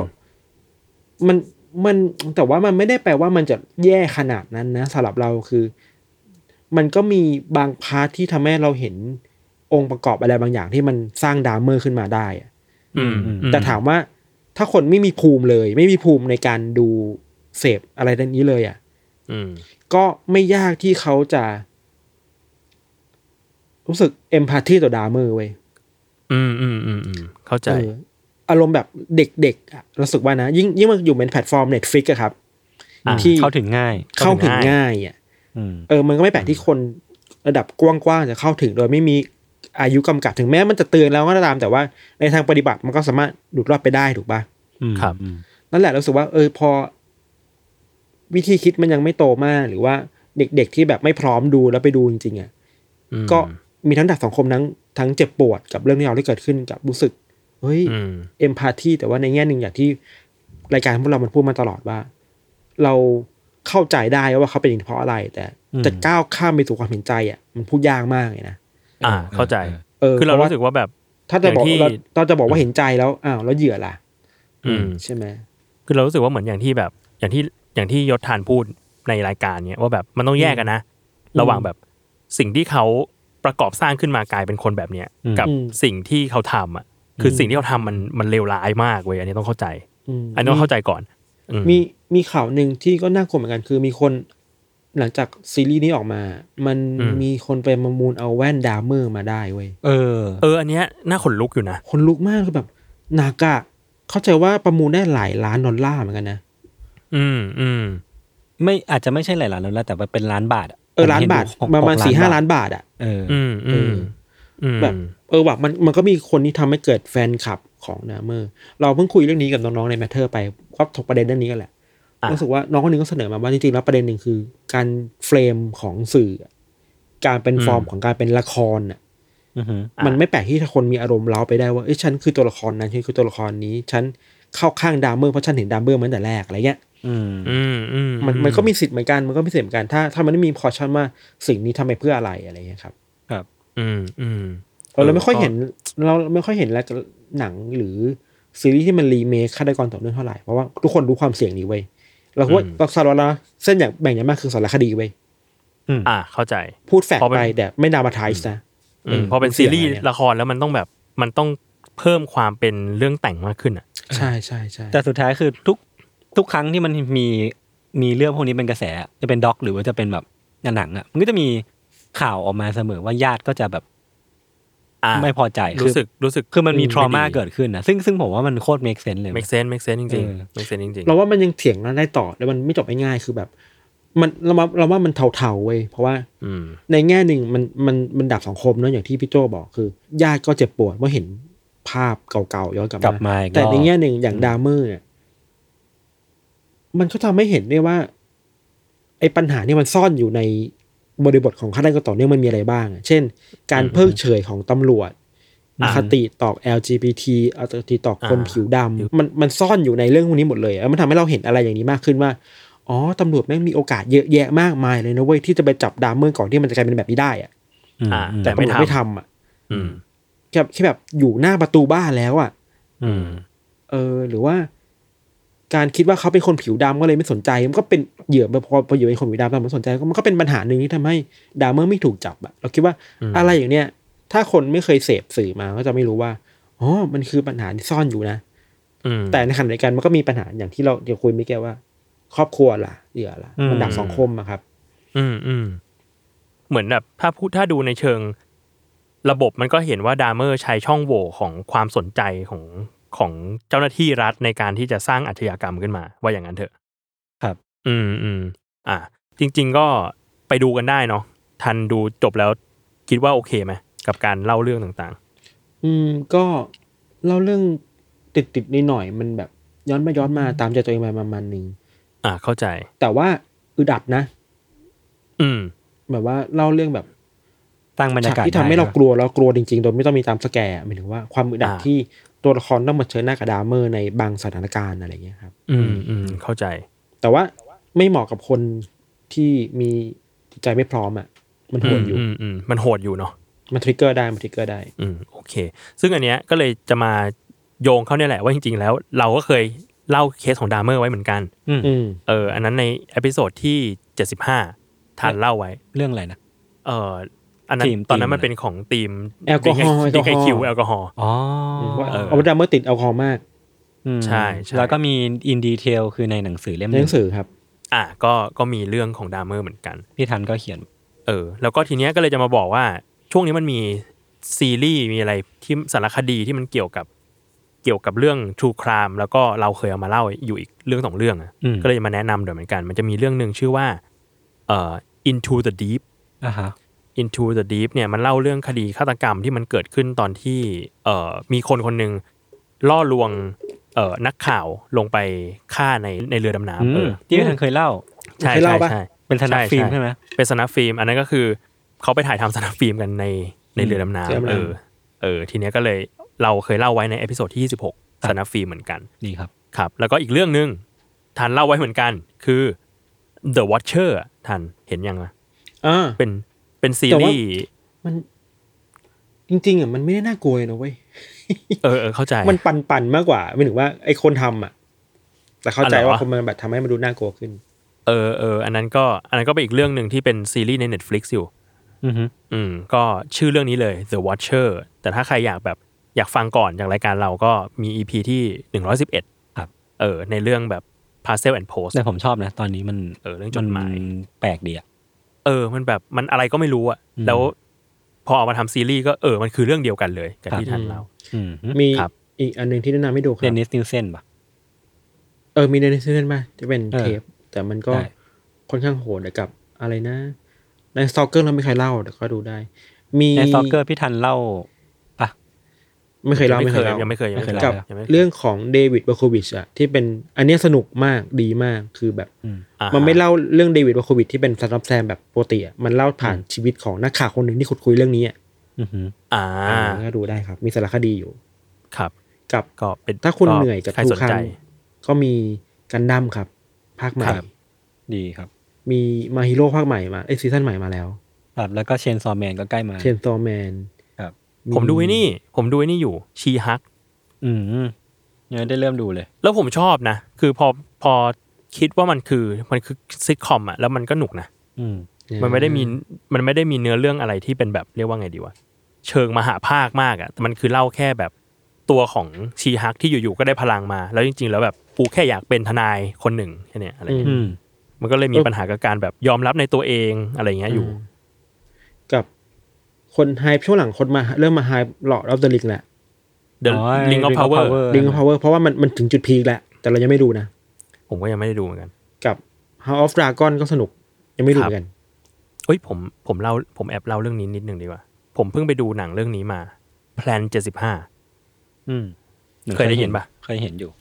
Speaker 3: มันมันแต่ว่ามันไม่ได้แปลว่ามันจะแย่ขนาดนั้นนะสำหรับเราคือ มันก็มีบางพาร์ทที่ทำให้เราเห็นองค์ประกอบอะไรบางอย่างที่มันสร้างดราเมอร์ขึ้นมาได้อะ
Speaker 4: อืมอื
Speaker 3: แต่ถามว่าถ้าคนไม่มีภูมิเลย ไม่มีภูมิในการดูเสพอะไรด้านนี้เลยอ่ะ
Speaker 4: อืม
Speaker 3: ก็ไม่ยากที่เขาจะ รู้สึกเอมพัตตีต่อดราเมอร์เว้ย
Speaker 4: อืมอืมอืมอืมเข้าใจ
Speaker 3: เอออารมณ์แบบเด็กๆอะรู้สึกว่านะ ยิ่งยิ่งมันอยู่เป็นแพลตฟอร์ม Netflix อะครับ
Speaker 2: อ่ะ
Speaker 3: ที่
Speaker 2: เข้าถึงง่าย
Speaker 3: เข้า
Speaker 4: เข้าถึ
Speaker 3: ถึง
Speaker 4: งง่าย
Speaker 3: ง่ายอะ
Speaker 2: อืม
Speaker 3: เออมันก็ไม่แปลกที่คนระดับกว้างๆ จะเข้าถึงโดยไม่มีอายุกำกับถึงแม้มันจะเตือนแล้วก็ตามแต่ว่าในทางปฏิบัติมันก็สามารถหลุดรอดไปได้ถูกปะ
Speaker 2: อืม
Speaker 4: ครับ
Speaker 2: อืม
Speaker 3: นั่นแหละรู้สึกว่า เออพอ วิธีคิดมันยังไม่โตมากหรือว่าเด็กๆที่แบบไม่พร้อมดูแล้วไปดูจริงๆอะ
Speaker 4: อืม
Speaker 3: ก็มีทั้งดับสังคมทั้งทั้งเจ็บปวดกับเรื่องราวที่เกิดขึ้นกับรู้สึกเฮ้ย
Speaker 4: อืม
Speaker 3: เอมพ t h ตีแต่ว่าในแง่หนึ่งอย่างที่รายการพวกเรามันพูดมาตลอดว่า เราเข้าใจได้ว่าเขาเป็นอย่างนี้เพราะอะไร แต่จะก้าวข้ามไปสู่ความเห็นใจอ่ะมันพูดยากมากเลยนะ
Speaker 4: อ่า เข้าใจ
Speaker 3: เออ
Speaker 4: คือเรา
Speaker 3: พะว่
Speaker 4: รู้สึกว่าแบบ
Speaker 3: ถ้าจะบอก
Speaker 4: อย่างที่
Speaker 3: เราเราจะบอกว่าเห็นใจแล้วอ้าวแล้วเหยื่อล่ะ
Speaker 4: อืม
Speaker 3: ใช่ไหม
Speaker 4: คือเรารู้สึกว่าเหมือนอย่างที่แบบ อย่างที่อย่างที่ยศทานพูดในรายการเนี้ยว่าแบบมันต้องแยกกันนะ ระหว่างแบบสิ่งที่เขาประกอบสร้างขึ้นมากลายเป็นคนแบบเนี้ยกับสิ่งที่เขาทำอ่ะคือสิ่งที่เขาทำมันมันเลวร้ายมากเว้ยอันนี้ต้องเข้าใจ
Speaker 3: อืม
Speaker 4: อันนี้ต้องเข้าใจก่อนอื
Speaker 3: มีมีข่าวหนึ่งที่ก็น่ากลัวเหมือนกัน คือมีคนหลังจากซีรีส์นี้ออกมา มันมีคนไปประมูลเอาแว่นดาเมอร์มาได้เว้ย
Speaker 2: เออ
Speaker 4: เอออันเนี้ยน่าขนลุกอยู่นะ
Speaker 3: คนลุกมากคือแบบนากะเข้าใจว่าประมูลได้หลายล้านดอลลาร์เหมือนกันนะ
Speaker 4: อืมอืม
Speaker 2: ไม่อาจจะไม่ใช่หลายล้านแล้วแต่ว่าเป็นล้านบาทะ
Speaker 3: เออล้านบาท
Speaker 2: ผมเห็อยู่
Speaker 3: ประมาณ
Speaker 2: ก
Speaker 3: สี่ห้าล้านบาทอ่ะ
Speaker 2: เอออ
Speaker 4: อืมอืมอืม
Speaker 3: แบบ เออว่ะมันมันก็มีคนที่ทำให้เกิดแฟนคลับของนาเมอร์เราเพิ่งคุยเรื่องนี้กับน้องๆในแมทเทอร์ไปก็ถกประเด็นเรื่องนี้กันแหละ
Speaker 4: ะ
Speaker 3: รู้สึกว่าน้องคนหนึงก็เสนอมาว่าจริงๆแล้วประเด็นหนึ่งคือ การเฟรมของสื่ออะการเป็นฟอร์มของการเป็นละครอ่ะ
Speaker 2: อือฮึ
Speaker 3: มันไม่แปลกที่ถ้าคนมีอารมณ์เร้าไปได้ว่าเอ้ยฉันคือตัวละครนั้นฉันคือตัวละครนี้ ฉันเข้าข้างดามเมอร์เพราะฉันเห็นดามเมอร์มาตั้งแต่แรกอะไรเงี้ย
Speaker 2: อืม
Speaker 4: อืมอืม
Speaker 3: มันมันก็มีสิทธิ์เหมือนกันมันก็มีสิทธิ์เหมือนกันถ้าถ้ามันไม่มีพอชั่นว่าสิ่งนี้ทำไปเพื่ออะไรอะไรเงี้ยครับ
Speaker 4: อืมอืม
Speaker 3: เออเราไม่ค่อย
Speaker 4: ก็
Speaker 3: เห็นเราไม่ค่อยเห็นแล้วหนังหรือซีรีส์ที่มันรีเมคฆาตกรต่อเนื่องเท่าไหร่เพราะว่าทุกคนรู้ความเสี่ยงนี้เว้ยเราว่าตอนสารวตรนะเส้นอย่างแบ่งอย่างมากคือสารคดีเว้ย
Speaker 4: อ่าเข้าใจ
Speaker 3: พูดแฟก
Speaker 4: พอเป็น
Speaker 3: ไปแต่ไม่ดรามาไทส์นะ
Speaker 4: อืมพอเป็นซีรีส์ละครแล้วมันต้องแบบมันต้องเพิ่มความเป็นเรื่องแต่งมากขึ้นอ่ะ
Speaker 3: ใช่ใช่ใช่
Speaker 2: แต่สุดท้ายคือทุกทุกครั้งที่มันมีมีเรื่องพวกนี้เป็นกระแสจะเป็นด็อกหรือว่าจะเป็นแบบหนังอ่ะมันก็จะมีข่าวออกมาเสมอว่าญาติก็จะแบบ
Speaker 4: อ่า
Speaker 2: ไม่พอใจคือ
Speaker 4: รู้สึกรู้สึก
Speaker 2: คือมันมีทรมาเกิดขึ้นนะซึ่งซึ่งผมว่ามันโคตรเมคเซนเลย
Speaker 4: เมกเซนเมกเซนจริงๆเมกเซนจริงๆ
Speaker 3: เราว่ามันยังเถียงกันได้ต่อแล้วมันไม่จบง่ายๆคือแบบ มันเราว่าเราว่ามันเทาๆเว้ยเพราะว่า
Speaker 4: อืม
Speaker 3: ในแง่หนึ่งมันมันมันดับสังคมเนอะอย่างที่พี่โจบอกคือญาติก็เจ็บปวดเมื่อเห็นภาพเก่าๆย้อนกลับ
Speaker 2: กลั
Speaker 3: มา
Speaker 2: บมาอีกรอบ
Speaker 3: แต่ในแง่หนึ่งอย่างดราเมอร์เนี่ยมันก็ทำให้เห็นได้ว่า ไอ้ปัญหาเนี่ยมันซ่อนอยู่ในบริบทของฆาตกรต่อเนื่องมันมีอะไรบ้างอะเช่น การเพิกเฉยของตำรวจ
Speaker 4: อ่า
Speaker 3: อคติต่อ LGBT อคติต่อคน
Speaker 4: อ่า
Speaker 3: ผิวดำมันมันซ่อนอยู่ในเรื่องพวกนี้หมดเลยแล้วมันทำให้เราเห็นอะไรอย่างนี้มากขึ้นว่า อ๋อตำรวจแม่งมีโอกาสเยอะแยะมากมายเลยนะเว้ยที่จะไปจับดราเมอร์ก่อนที่มันจะกลายเป็นแบบนี้ได้อะ
Speaker 4: อ่า
Speaker 3: แต่ตำ
Speaker 4: แต่ไม่
Speaker 3: รวจ
Speaker 4: ทำ
Speaker 3: ไม่ทำอ่ะ
Speaker 4: อืม
Speaker 3: แค่แค่แบบอยู่หน้าประตูบ้านแล้วอ่ะ
Speaker 4: อืม
Speaker 3: เออหรือว่า การคิดว่าเขาเป็นคนผิวดำก็เลยไม่สนใจ มันก็เป็นเหยื่อพอพอเหยื่อเป็นคนผิวดำเราไม่สนใจก็มันก็เป็นปัญหาหนึ่งที่ทำให้ดาเมอร์ไม่ถูกจับอะเราคิดว่า
Speaker 4: อืม
Speaker 3: อะไรอย่างเนี้ยถ้าคนไม่เคยเสพสื่อมาก็จะไม่รู้ว่าอ๋อมันคือปัญหาที่ซ่อนอยู่นะ
Speaker 4: อืม
Speaker 3: แต่ในขณะเดียวกันมันก็มีปัญหาอย่างที่เราเดี๋ยวคุยไม่แก้ว่า ครอบครัวล่ะเหยื่อล่ะ
Speaker 2: อืม
Speaker 3: มันดับสังคมอะครับ
Speaker 4: อืมอืมเหมือนแบบถ้าพูดถ้าดูในเชิง ระบบมันก็เห็นว่าดาเมอร์ใช้ช่องโหว่ของความสนใจของของเจ้าหน้าที่รัฐในการที่จะสร้างอาชญากรรมขึ้นมา ว่าอย่างนั้นเถอะ
Speaker 2: ครับ
Speaker 4: อืมอืมอ่ะจริง ๆ ก็ไปดูกันได้เนาะทันดูจบแล้วคิดว่าโอเคไหมกับการเล่าเรื่องต่าง
Speaker 3: อืมก็เล่าเรื่องติดติดนิดหน่อยๆมันแบบย้อนไปย้อนมาตามใจตัวเองมาประมาณหนึ่ง
Speaker 4: ๆ อ่ะเข้าใจ
Speaker 3: แต่ว่าอึดอัดนะ
Speaker 4: อืม
Speaker 3: แบบว่าเล่าเรื่องแบบ
Speaker 2: ตั้งบรรยา
Speaker 3: ฉาก
Speaker 2: กาศ
Speaker 3: ที่ทำให้
Speaker 2: ได้
Speaker 3: เรากลัวเรากลัวจริงๆ โดยไม่ต้องมีตามสแกร์หมายถึงว่าความอึดอัด
Speaker 4: อ่า
Speaker 3: ที่ตัวละครต้องมาเผชิญหน้ากับดาเมอร์ในบางสถานการณ์อะไรอย่างเงี้ยครับ
Speaker 4: อืมอืมเข้าใจ
Speaker 3: แต่ว่าไม่เหมาะกับคนที่มีจิตใจไม่พร้อมอ่ะ มันโหดอยู่
Speaker 4: มมมมันโหดอยู่เนาะ
Speaker 3: มันทริกเกอร์ได้ มันทริกเกอร์ได้
Speaker 4: อืมโอเค ซึ่งอันเนี้ยก็เลยจะมาโยงเข้าเนี่ยแหละว่าจริงๆแล้ว เราก็เคยเล่าเคสของดามเมอร์ไว้เหมือนกัน
Speaker 3: อืม
Speaker 4: เอออันนั้นในเอพิโซดที่ 75ทานเล่าไว้
Speaker 2: เรื่องอะไรนะ
Speaker 4: เอออันนั้น
Speaker 2: ธีม
Speaker 4: ตอนนั้น
Speaker 2: ธีม
Speaker 4: มันเป็นของทีม
Speaker 3: แอลกอฮอล์แอลกอฮอล์
Speaker 4: ไอคิวแอลกอฮอล์
Speaker 2: อ๋อ
Speaker 3: ว่า
Speaker 4: เออ
Speaker 3: เอาดาเมอร์ติดแอลกอฮอล์มาก
Speaker 2: อืม
Speaker 4: ใช่ใช่
Speaker 2: แล้วก็มีอินดีเทลคือในหนังสือเล่ม
Speaker 3: ใน
Speaker 2: ห
Speaker 3: ห
Speaker 2: นึ
Speaker 3: นั
Speaker 2: ง
Speaker 3: งสือครับ
Speaker 4: อ่ะก็ก็มีเรื่องของดามเมอร์เหมือนกัน
Speaker 2: พี่ทันก็เขียน
Speaker 4: เออแล้วก็ทีเนี้ยก็เลยจะมาบอกว่าช่วงนี้มันมีซีรีส์มีอะไรที่สารคดีที่มันเกี่ยวกับเกี่ยวกับเรื่อง True Crime แล้วก็เราเคยเอามาเล่าอยู่อีกเรื่องสองเรื่องอะ
Speaker 2: อืม
Speaker 4: ก็เลยจะมาแนะนำเดี๋ยวเหมือนกัน มันจะมีเรื่องหนึ่งชื่อว่าเอ่อ Into the Deep
Speaker 2: อ่าฮะ
Speaker 4: Into the Deep เนี่ยมันเล่าเรื่องคดีฆาตกรรมที่มันเกิดขึ้นตอนที่เอ่อมีคนคนหนึ่งล่อลวงเอ่อนักข่าวลงไปฆ่าในในเรือดำน้ำเออ
Speaker 2: ที่พี่ทันเคยเล่า
Speaker 4: ใช่
Speaker 3: เคยเล่า
Speaker 4: ใช่
Speaker 3: ปะ
Speaker 4: ใช่
Speaker 2: เป็นธนัก
Speaker 4: ใช่
Speaker 2: ฟิล์ม
Speaker 4: ใช่
Speaker 2: ใช่ไหม
Speaker 4: เป็นสนับฟิล์มอันนั้นก็คือเขาไปถ่ายทำสนับฟิล์มกันในในเรือดำ
Speaker 3: เรือ
Speaker 4: น้ำ
Speaker 3: ดำน้ำ
Speaker 4: เออเออทีเนี้ยก็เลยเราเคยเล่าไว้ในเอพิโซดที่ 26สนับฟิล์มเหมือนกัน
Speaker 2: ดีครับ
Speaker 4: ครับ แล้วก็อีกเรื่องหนึ่งทันเล่าไว้เหมือนกัน คือ The Watcher อะทันเห็นยังอะ
Speaker 3: อ่า
Speaker 4: เป็นเป็นซีรีส์
Speaker 3: มัน จริงๆอ่ะมันไม่ได้น่ากลัวเลยนะเว้ย
Speaker 4: เออเออเข้าใจ
Speaker 3: มันปันป่นๆมากกว่าไม่ถึงว่าไอ้คนทำอ่ะ แต่เข้าใจ
Speaker 4: อ๋อเหรอ
Speaker 3: ว่าคนมันแบบทำให้มันดูน่ากลัวขึ้น
Speaker 4: เออเอออันนั้นก็อันนั้นก็เป็นอีกเรื่องหนึ่งที่เป็นซีรีส์ใน Netflix อยู่
Speaker 2: อือฮึ
Speaker 4: อืมก็ชื่อเรื่องนี้เลย The Watcher แต่ถ้าใครอยากแบบอยากฟังก่อนจากรายการเราก็มี EP ที่ 111ครับเออในเรื่องแบบ Parcel and Post
Speaker 2: แต่ผมชอบนะ ตอนนี้มัน
Speaker 4: เออเรื่องจดหมาย
Speaker 2: นแปลกดีอะ
Speaker 4: เออ มันแบบมันอะไรก็ไม่รู้อะ
Speaker 2: อืม
Speaker 4: แล้วพอเอามาทำซีรีส์ก็เออ มันคือเรื่องเดียวกันเลยกับที่
Speaker 2: ครับ
Speaker 4: ทันเรา
Speaker 2: อืมฮึ
Speaker 3: มี
Speaker 4: ครับ
Speaker 3: อีกอันหนึงที่แนะนำให้ดูค
Speaker 2: เด
Speaker 3: รับ
Speaker 2: นนิสนิวเซนปะ
Speaker 3: เออมีเดนิสเซนมาจะเป็น
Speaker 2: เออ
Speaker 3: เทป แต่มันก็
Speaker 2: ได้
Speaker 3: ค่อนข้างโหดเดี๋ยวกับอะไรนะ ในสตอกเกอร์เราไม่เคยเล่าเดี๋ยวก็ดูได้ มี
Speaker 2: ในสตอกเกอร์พี่ทันเล่า
Speaker 3: ไม่เคยเล่า
Speaker 4: ยังไม่
Speaker 3: ไม่เค
Speaker 4: เค
Speaker 3: ย
Speaker 4: ย
Speaker 3: เล่า
Speaker 4: ยังไม่เคยยังไม่เคย
Speaker 3: กับ
Speaker 4: ยังไม่เคย
Speaker 3: เรื่องของเดวิดบาโควิชอะที่เป็นอันเนี้ยสนุกมากดีมากคือแบบ
Speaker 4: อ่ะ
Speaker 3: มันไม่เล่าเรื่องเดวิดวอโควิดที่เป็นสตัมแซมแบบโปรตีอะมันเล่าผ่านชีวิตของนักข่าวคนหนึ่งที่ขุดคุยเรื่องนี้อะ
Speaker 2: อือฮึ
Speaker 4: อ่า
Speaker 3: ก็ดูได้ครับ มีสารคดีอยู่
Speaker 4: ครับ
Speaker 3: กับ
Speaker 4: ก็เป็น
Speaker 3: ถ้าคุณ
Speaker 4: ก็
Speaker 3: เหนื่อยกับ
Speaker 4: ใคร
Speaker 3: ทุ
Speaker 4: ส
Speaker 3: ก
Speaker 4: น
Speaker 3: คัน
Speaker 4: ใจ
Speaker 3: ก็มีกันดั้มครับ ภาคใหม่
Speaker 4: ครับ
Speaker 2: ดีครับ
Speaker 3: มีมาฮิโร่ภาคใหม่มาเอ้ยซีซั่นใหม่มาแล้ว
Speaker 2: ครับแล้วก็เชนซอแมนก็ใกล้มา
Speaker 3: เชนโซแมน
Speaker 2: ครับ
Speaker 4: ผมดูไอ้นี่ ผมดูไอ้นี่อยู่ชีฮัก
Speaker 2: อืมยังไม่ได้เริ่มดูเลย
Speaker 4: แล้วผมชอบนะ คือพอพอคิดว่ามันคือมันคือซิทคอมอะแล้วมันก็หนุกนะ
Speaker 2: อืม
Speaker 4: มันไม่ได้มีมันไม่ได้มีเนื้อเรื่องอะไรที่เป็นแบบเรียกว่าไงดีวะเชิงมหาภาคมากอะ่ะแต่มันคือเล่าแค่แบบตัวของชีฮักที่อยู่ๆก็ได้พลังมา แล้วจริง ๆ แล้วแบบกูแค่อยากเป็นทนายคนหนึ่งแค่เนี้ยอะไรเงี้ย
Speaker 3: อื
Speaker 2: อืม
Speaker 4: มันก็เลยมีปัญหากับการแบบยอมรับในตัวเองอะไรเงี้ยอยู่
Speaker 3: กับคนไฮช่วงหลังคนมาเริ่มมาไฮหลอดออฟเดอะลิงแหละ
Speaker 4: The
Speaker 2: อ๋อ
Speaker 4: Ring
Speaker 2: Ring
Speaker 4: of
Speaker 2: of
Speaker 4: Power
Speaker 2: Power
Speaker 3: ลิงพาวเวอร์เพราะว่ามันมันถึงจุดพีคแล้วแต่เรายังไม่ดูนะ
Speaker 4: ผมก็ยังไม่ได้ดูเหมือนกัน
Speaker 3: กับ House of Dragon ก็สนุกยังไม่ดูเหมือนกัน
Speaker 4: เอ้ยผมผมเล่าผมแอบเล่าเรื่องนี้นิดนึงดีกว่า ผมเพิ่งไปดูหนังเรื่องนี้มา Plan 75
Speaker 2: อืม
Speaker 4: เคยได้ยินปะ
Speaker 2: เคยเห็นอยู่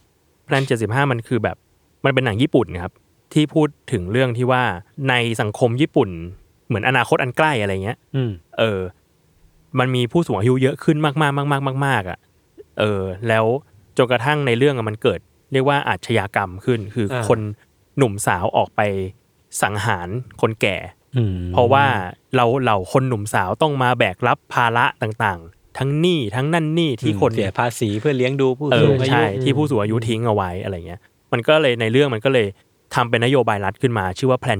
Speaker 4: แพลนเจ็ดสิบห้ามันคือแบบมันเป็นหนังญี่ปุ่นครับ ที่พูดถึงเรื่องที่ว่าในสังคมญี่ปุ่น เหมือนอนาคตอันใกล้อะไรเงี้ย
Speaker 2: อืม
Speaker 4: เออ มันมีผู้สูงอายุเยอะขึ้นมากๆมากๆมากๆอ่ะเออ แล้วจนกระทั่งในเรื่องอะมันเกิด เรียกว่าอาชญากรรมขึ้น คือ
Speaker 2: อ่า
Speaker 4: คนหนุ่มสาวออกไปสังหารคนแก่
Speaker 2: อืม
Speaker 4: เพราะว่าเราเหล่าคนหนุ่มสาวต้องมาแบกรับภาระต่างๆ ทั้งหนี้ทั้งนั่นหนี้ที่คน
Speaker 2: เสียภาษีเพื่อเลี้ยงดูผู้
Speaker 4: เอ
Speaker 2: สู
Speaker 4: อง
Speaker 2: อายุ
Speaker 4: ใช่ที่ผู้สูงอายุทิ้งเอาไว้อะไรเงี้ย มันก็เลยในเรื่องมันก็เลยทำเป็นนโยบายรัฐขึ้นมา ชื่อว่าแพลน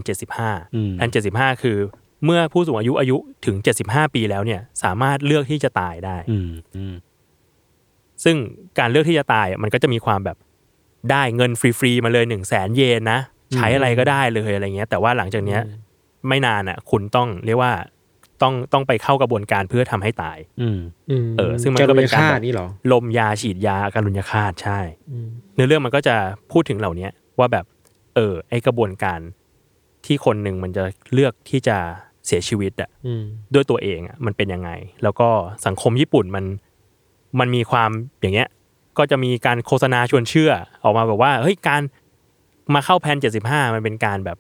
Speaker 2: อืม
Speaker 4: 75แพลน75 คือ เมื่อผู้สูงอายุอายุถึง 75 ปีแล้วเนี่ยสามารถเลือกที่จะตายได้
Speaker 2: อืมอืม
Speaker 4: ซึ่งการเลือกที่จะตายอ่ะมันก็จะมีความแบบได้เงินฟรีๆมาเลย1 0 0 0 0 0 เยนนะ ใช้อะไรก็ได้เลยอะไรเงี้ย แต่ว่าหลังจากเนี้ย ไม่นานอ่ะ คุณต้องเรียกว่าต้องต้องไปเข้ากระบวนการเพื่อทำให้ตาย
Speaker 2: อืม
Speaker 3: ม
Speaker 4: เออซึ่งมันก็เป็นกา
Speaker 3: จ
Speaker 4: ร
Speaker 3: รุยฆตนี่เหรอ
Speaker 4: ลมยาฉีดยาการุญยฆาตใช่
Speaker 3: อืม
Speaker 4: เนื้อเรื่องมันก็จะพูดถึงเหล่าเนี้ยว่าแบบ เออ ไอกระบวนการที่คนหนึ่งมันจะเลือกที่จะเสียชีวิตอะ
Speaker 3: อืม
Speaker 4: ด้วยตัวเองอะมันเป็นยังไง แล้วก็สังคมญี่ปุ่นมันมันมีความอย่างเงี้ย ก็จะมีการโฆษณาชวนเชื่อ ออกมาแบบว่าเฮ้ยการมาเข้าแพนเจ็ดสิบห้ามันเป็นการแบบ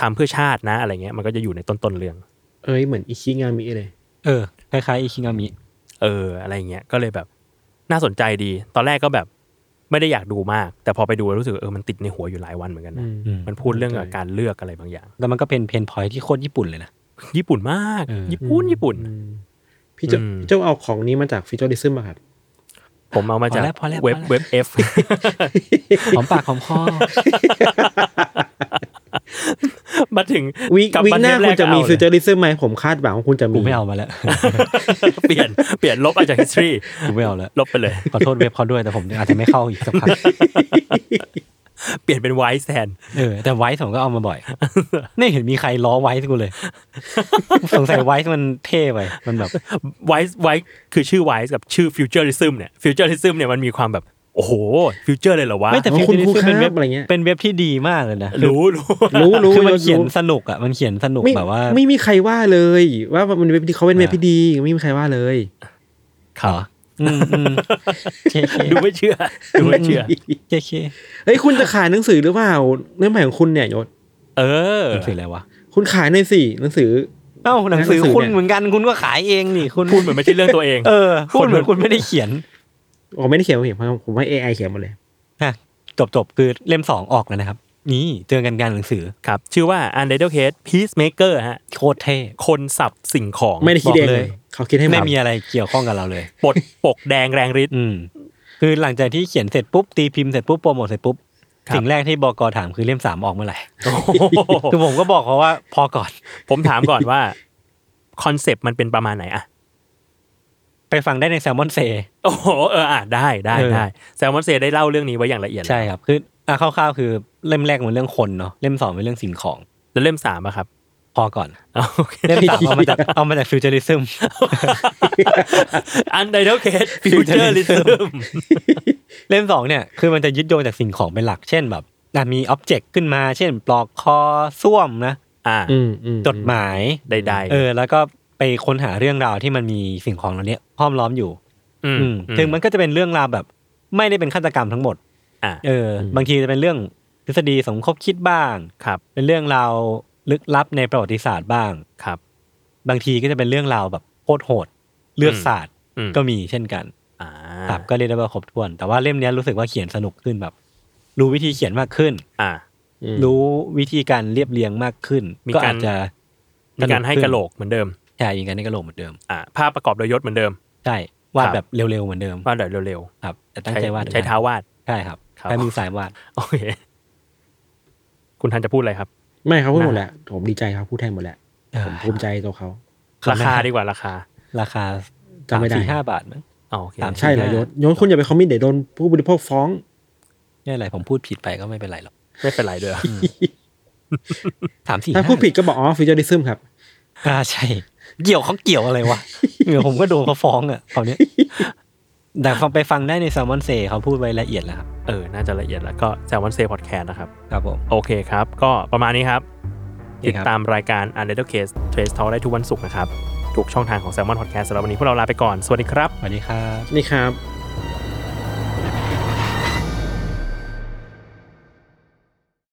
Speaker 4: ทำเพื่อชาตินะอะไรเงี้ยมันก็จะอยู่ในต้นต้นๆเรื่อง
Speaker 3: เอ้ยเหมือนอิคิงามิเลย
Speaker 2: เออคล้ายๆอิคิงามิ
Speaker 4: เอออะไรเงี้ยก็เลยแบบน่าสนใจดี ตอนแรกก็แบบไม่ได้อยากดูมาก แต่พอไปดูแล้วรู้สึกเออมันติดในหัวอยู่หลายวันเหมือนกันนะ
Speaker 2: อืม
Speaker 4: มันพูดเรื่องกับการเลือกอะไรบางอย่าง
Speaker 2: แล้วมันก็เป็นเพนพอยที่โคตรญี่ปุ่นเลยนะ
Speaker 4: ญี่ปุ่นมาก
Speaker 2: เออ
Speaker 4: ญี่ปุ่นญี่ปุ่น
Speaker 3: อืมพี่เจ้า
Speaker 4: อืม
Speaker 3: พี่เจ้าเอาของนี้มาจากฟิชเชอร์ดิซึมป่ะ ครับ
Speaker 4: ผมเอามาจา
Speaker 2: พ
Speaker 4: ก
Speaker 2: อแล้วพอแล้ว
Speaker 4: เว็บ
Speaker 2: พอแล้ว
Speaker 4: เว็บเอฟ
Speaker 2: หอมปากหอมคอ
Speaker 4: มาถึง
Speaker 3: วิก
Speaker 4: กลับ
Speaker 3: วิก
Speaker 4: ม
Speaker 3: หน้า
Speaker 4: เทปแร
Speaker 3: คุณจะมี
Speaker 4: เอา
Speaker 3: ฟิช
Speaker 4: เล
Speaker 3: เชอร์ดิซึมไหมผมคาดหวังว่าคุณจะ
Speaker 2: กู
Speaker 3: มี
Speaker 2: ไม่เอามาแล้ว
Speaker 4: ย เปลี่ยนเปลี่ยนลบออกจาก history
Speaker 2: กูไม่เอาแล้ว
Speaker 4: ลบไปเลย
Speaker 2: ขอโทษเว็บเขาด้วยแต่ผมอาจจะไม่เข้าอีกสักพัก
Speaker 4: เปลี่ยนเป็นไวท์แซน
Speaker 2: เออแต่ไวท์ผมก็เอามาบ่อย ไม่เห็นมีใครล้อไวท์กูเลย สงสัยไวท์มันเท่ไปมันแบบ
Speaker 4: ไวท์ไวท์คือชื่อไวท์กับชื่อฟิวเจอริซึมเนี่ยฟิวเจอริซึมเนี่ยมันมีความแบบ โอ้โหฟิวเจอร์เลยเหรอวะ
Speaker 2: ไม่แต่
Speaker 3: แต่คุณ
Speaker 2: Futurism
Speaker 3: คุณค
Speaker 2: เป็นเว็
Speaker 3: รับ บอะไรเงี้ย
Speaker 2: เป็นเว็บที่ดีมากเลยนะ
Speaker 4: รู้รู้
Speaker 3: รู้รู้
Speaker 2: คือมันเขียน
Speaker 3: รู้
Speaker 2: สนุกอ่ะมันเขียนสนุก
Speaker 3: ไม่
Speaker 2: แบบว่า
Speaker 3: ไม่มีใครว่าเลย ว่ามันเป็นที่เขาเป็นเว็บ
Speaker 2: อ่า
Speaker 3: ที่ดีไม่มีใครว่าเลย
Speaker 2: เขาอืมอืมเคเค
Speaker 4: ดูไม่เชื่อดูไม่เชื่อ
Speaker 2: เคเค
Speaker 3: เฮ้ยคุณจะขายหนังสือหรือเปล่าเรื่องใหม่ของคุณเนี่ยยศ
Speaker 4: เออ
Speaker 2: หนังสืออะไรวะ
Speaker 3: คุณขายหน่อยสิหนังสือ
Speaker 2: เอ้าหนังสือ
Speaker 3: หนังสือ
Speaker 2: คุณ
Speaker 3: เนี่ย
Speaker 2: เหมือนกันคุณก็ขายเองนี่คุณ
Speaker 4: พูดเหมือนไม่ใช่เรื่องตัวเอง
Speaker 2: เออพูดเหมือนคุณไม่ได้เขียน
Speaker 3: ผมไม่ได้เขียนผมเขียนผมให้ AI เขียนหมดเลย
Speaker 2: จบจบคือเล่มสองออกแล้วนะครับ นี่เจอกันการหนังสือ
Speaker 4: ครับ ชื่อว่า Untitled Case Peacemaker ฮะ
Speaker 2: โคตรเท่
Speaker 4: คนสับสิ่งของ
Speaker 3: ไม่ได้คิดเอง
Speaker 2: บอก
Speaker 3: เล
Speaker 2: เลย ย
Speaker 3: เขาคิดให้
Speaker 2: ไม่
Speaker 3: มา
Speaker 2: มีอะไรเกี่ยวข้องกับเราเลย
Speaker 4: ปลดปกแดงแรงฤทธิ์
Speaker 2: อืม คือหลังจากที่เขียนเสร็จปุ๊บตีพิมพ์เสร็จปุ๊บโปรโมทเสร็จปุ๊บ
Speaker 4: ครับ
Speaker 2: สิ่งแรกที่บกถามคือเล่มสามออกเมื่อไหร่คือผมก็บอกเขาว่าพอก่อน
Speaker 4: ผมถามก่อนว่า คอนเซปต์มันเป็นประมาณไหนอะ
Speaker 2: ไปฟังได้ในแซลมอนเซ
Speaker 4: โอ้โหเอออ่ะได้ได้
Speaker 2: เออ
Speaker 4: ได้แซมมอนเซได้เล่าเรื่องนี้ไว้อย่างละเอียด
Speaker 2: ใช่ครับ คืออ่ะคร่าวๆคือเล่มแรกมันเรื่องคนเนาะเล่มสองเป็นเรื่องสิ่งของ
Speaker 4: แล้วเล่มสามอะครับ
Speaker 2: พอก่อน
Speaker 4: เอาโอเค
Speaker 2: เล่มสามเอามาจากเอามาจากฟิวเจอริซึม
Speaker 4: Untitled Case Futurism
Speaker 2: เล่มสองเนี่ยคือมันจะยึดโยงจากสิ่งของเป็นหลัก เช่นแบบอ่ะมีอ็อบเจกต์ขึ้นมาเช่น ปลอกคอส้วมนะ
Speaker 4: อ่า
Speaker 3: อืมอืม
Speaker 2: จดหมาย
Speaker 4: ใดๆ
Speaker 2: เออ แล้วก็ไปค้นหาเรื่องราวที่มันมีสิ่งของเหล่านี้ห้อมล้อมอยู่
Speaker 4: ม
Speaker 2: อืมถึงมันก็จะเป็นเรื่องราวแบบ ไม่ได้เป็นฆาตกรรมทั้งหมด
Speaker 4: อ่า
Speaker 2: เอออบางทีจะเป็นเรื่องทฤษฎีสมคบคิดบ้าง
Speaker 4: ครับ
Speaker 2: เป็นเรื่องราวลึกลับในประวัติศาสตร์บ้าง
Speaker 4: ครับ
Speaker 2: บางทีก็จะเป็นเรื่องราวแบบโคตรโหด เลือดสาด
Speaker 4: อืม
Speaker 2: ก็มีเช่นกัน
Speaker 4: อ่า
Speaker 2: ครับก็เรียกได้ว่าครบถ้วน แต่ว่าเล่มเนี้ยรู้สึกว่าเขียนสนุกขึ้นแบบ รู้วิธีเขียนมากขึ้น
Speaker 4: อ่า
Speaker 3: อืม
Speaker 2: รู้วิธีการเรียบเรียงมากขึ้น
Speaker 4: มี
Speaker 2: ก็
Speaker 4: การ
Speaker 2: อาจจะ
Speaker 4: มีการให้
Speaker 2: สนุ
Speaker 4: กะโหล
Speaker 2: ขึ้น
Speaker 4: กเหมือนเดิม
Speaker 2: ใช่มีการให้กระโหลกเหมือนเดิม
Speaker 4: อ่าภาพประกอบโดยยศเหมือนเดิม
Speaker 2: ใช่วาด
Speaker 4: ครับ
Speaker 2: แบบเร็วๆเหมือนเดิม
Speaker 4: วาดแบบเร็ว
Speaker 2: ครับแต่
Speaker 4: ๆ
Speaker 2: ตั้งใจวาด
Speaker 4: ใช้เท้าวาด
Speaker 2: ใช่ครับ
Speaker 4: ครับ
Speaker 2: ใช้มือสายวาด
Speaker 4: โอเค คุณทันจะพูดอะไรครับ
Speaker 3: ไม่เขาพูดหมดแหละผมดีใจเขาพูดแทนหมดแหละ
Speaker 2: เออ
Speaker 3: ผมภูมิใจตัวเขา
Speaker 2: ครับ
Speaker 4: ราคาดีกว่าราคา
Speaker 2: ราคา
Speaker 3: จำไม่ได้
Speaker 2: สี่ห้าบาทมั้ง
Speaker 4: อ๋อโอเค
Speaker 2: สาม
Speaker 3: ใช่เหรอยศยศคุณอย่าไปคอมมิตเดี๋ยวโดนผู้บริโภค ฟ้อง
Speaker 2: นี่อะไรผมพูดผิดไปก็ไม่เป็นไรหรอก
Speaker 4: ไม่เป็นไรเด้อ
Speaker 2: สามสี่
Speaker 3: ถ้าพูดผิดก็บอกอ๋อฟิวเจอริซึมครับ
Speaker 2: อ่าใช่ เกี่ยวเขาเกี่ยวอะไรวะ เดี๋ยวผมก็โดนเขาฟ้องอ่ะคราวเนี้ย แต่ฟังไปฟังได้ในแซมมอนเซเขาพูดไว้ละเอียดแล้วครับ
Speaker 4: เออ น่าจะละเอียดแล้วก็แซ l มอนเซ y Podcast นะครับ
Speaker 2: ครับผม
Speaker 4: โอเคครับ ก็ประมาณนี้ครับ
Speaker 2: นี่
Speaker 4: ติด
Speaker 2: ครับ
Speaker 4: ตามรายการ u n d e r t a l Case Trace Talk ได้ทุกวันศุกร์นะครับ ทุกช่องทางของ Salmon Podcast สำหรับวันนี้พวกเราลาไปก่อน สวัสดีครับ
Speaker 2: สวัสดีครับ
Speaker 3: นี่ครับ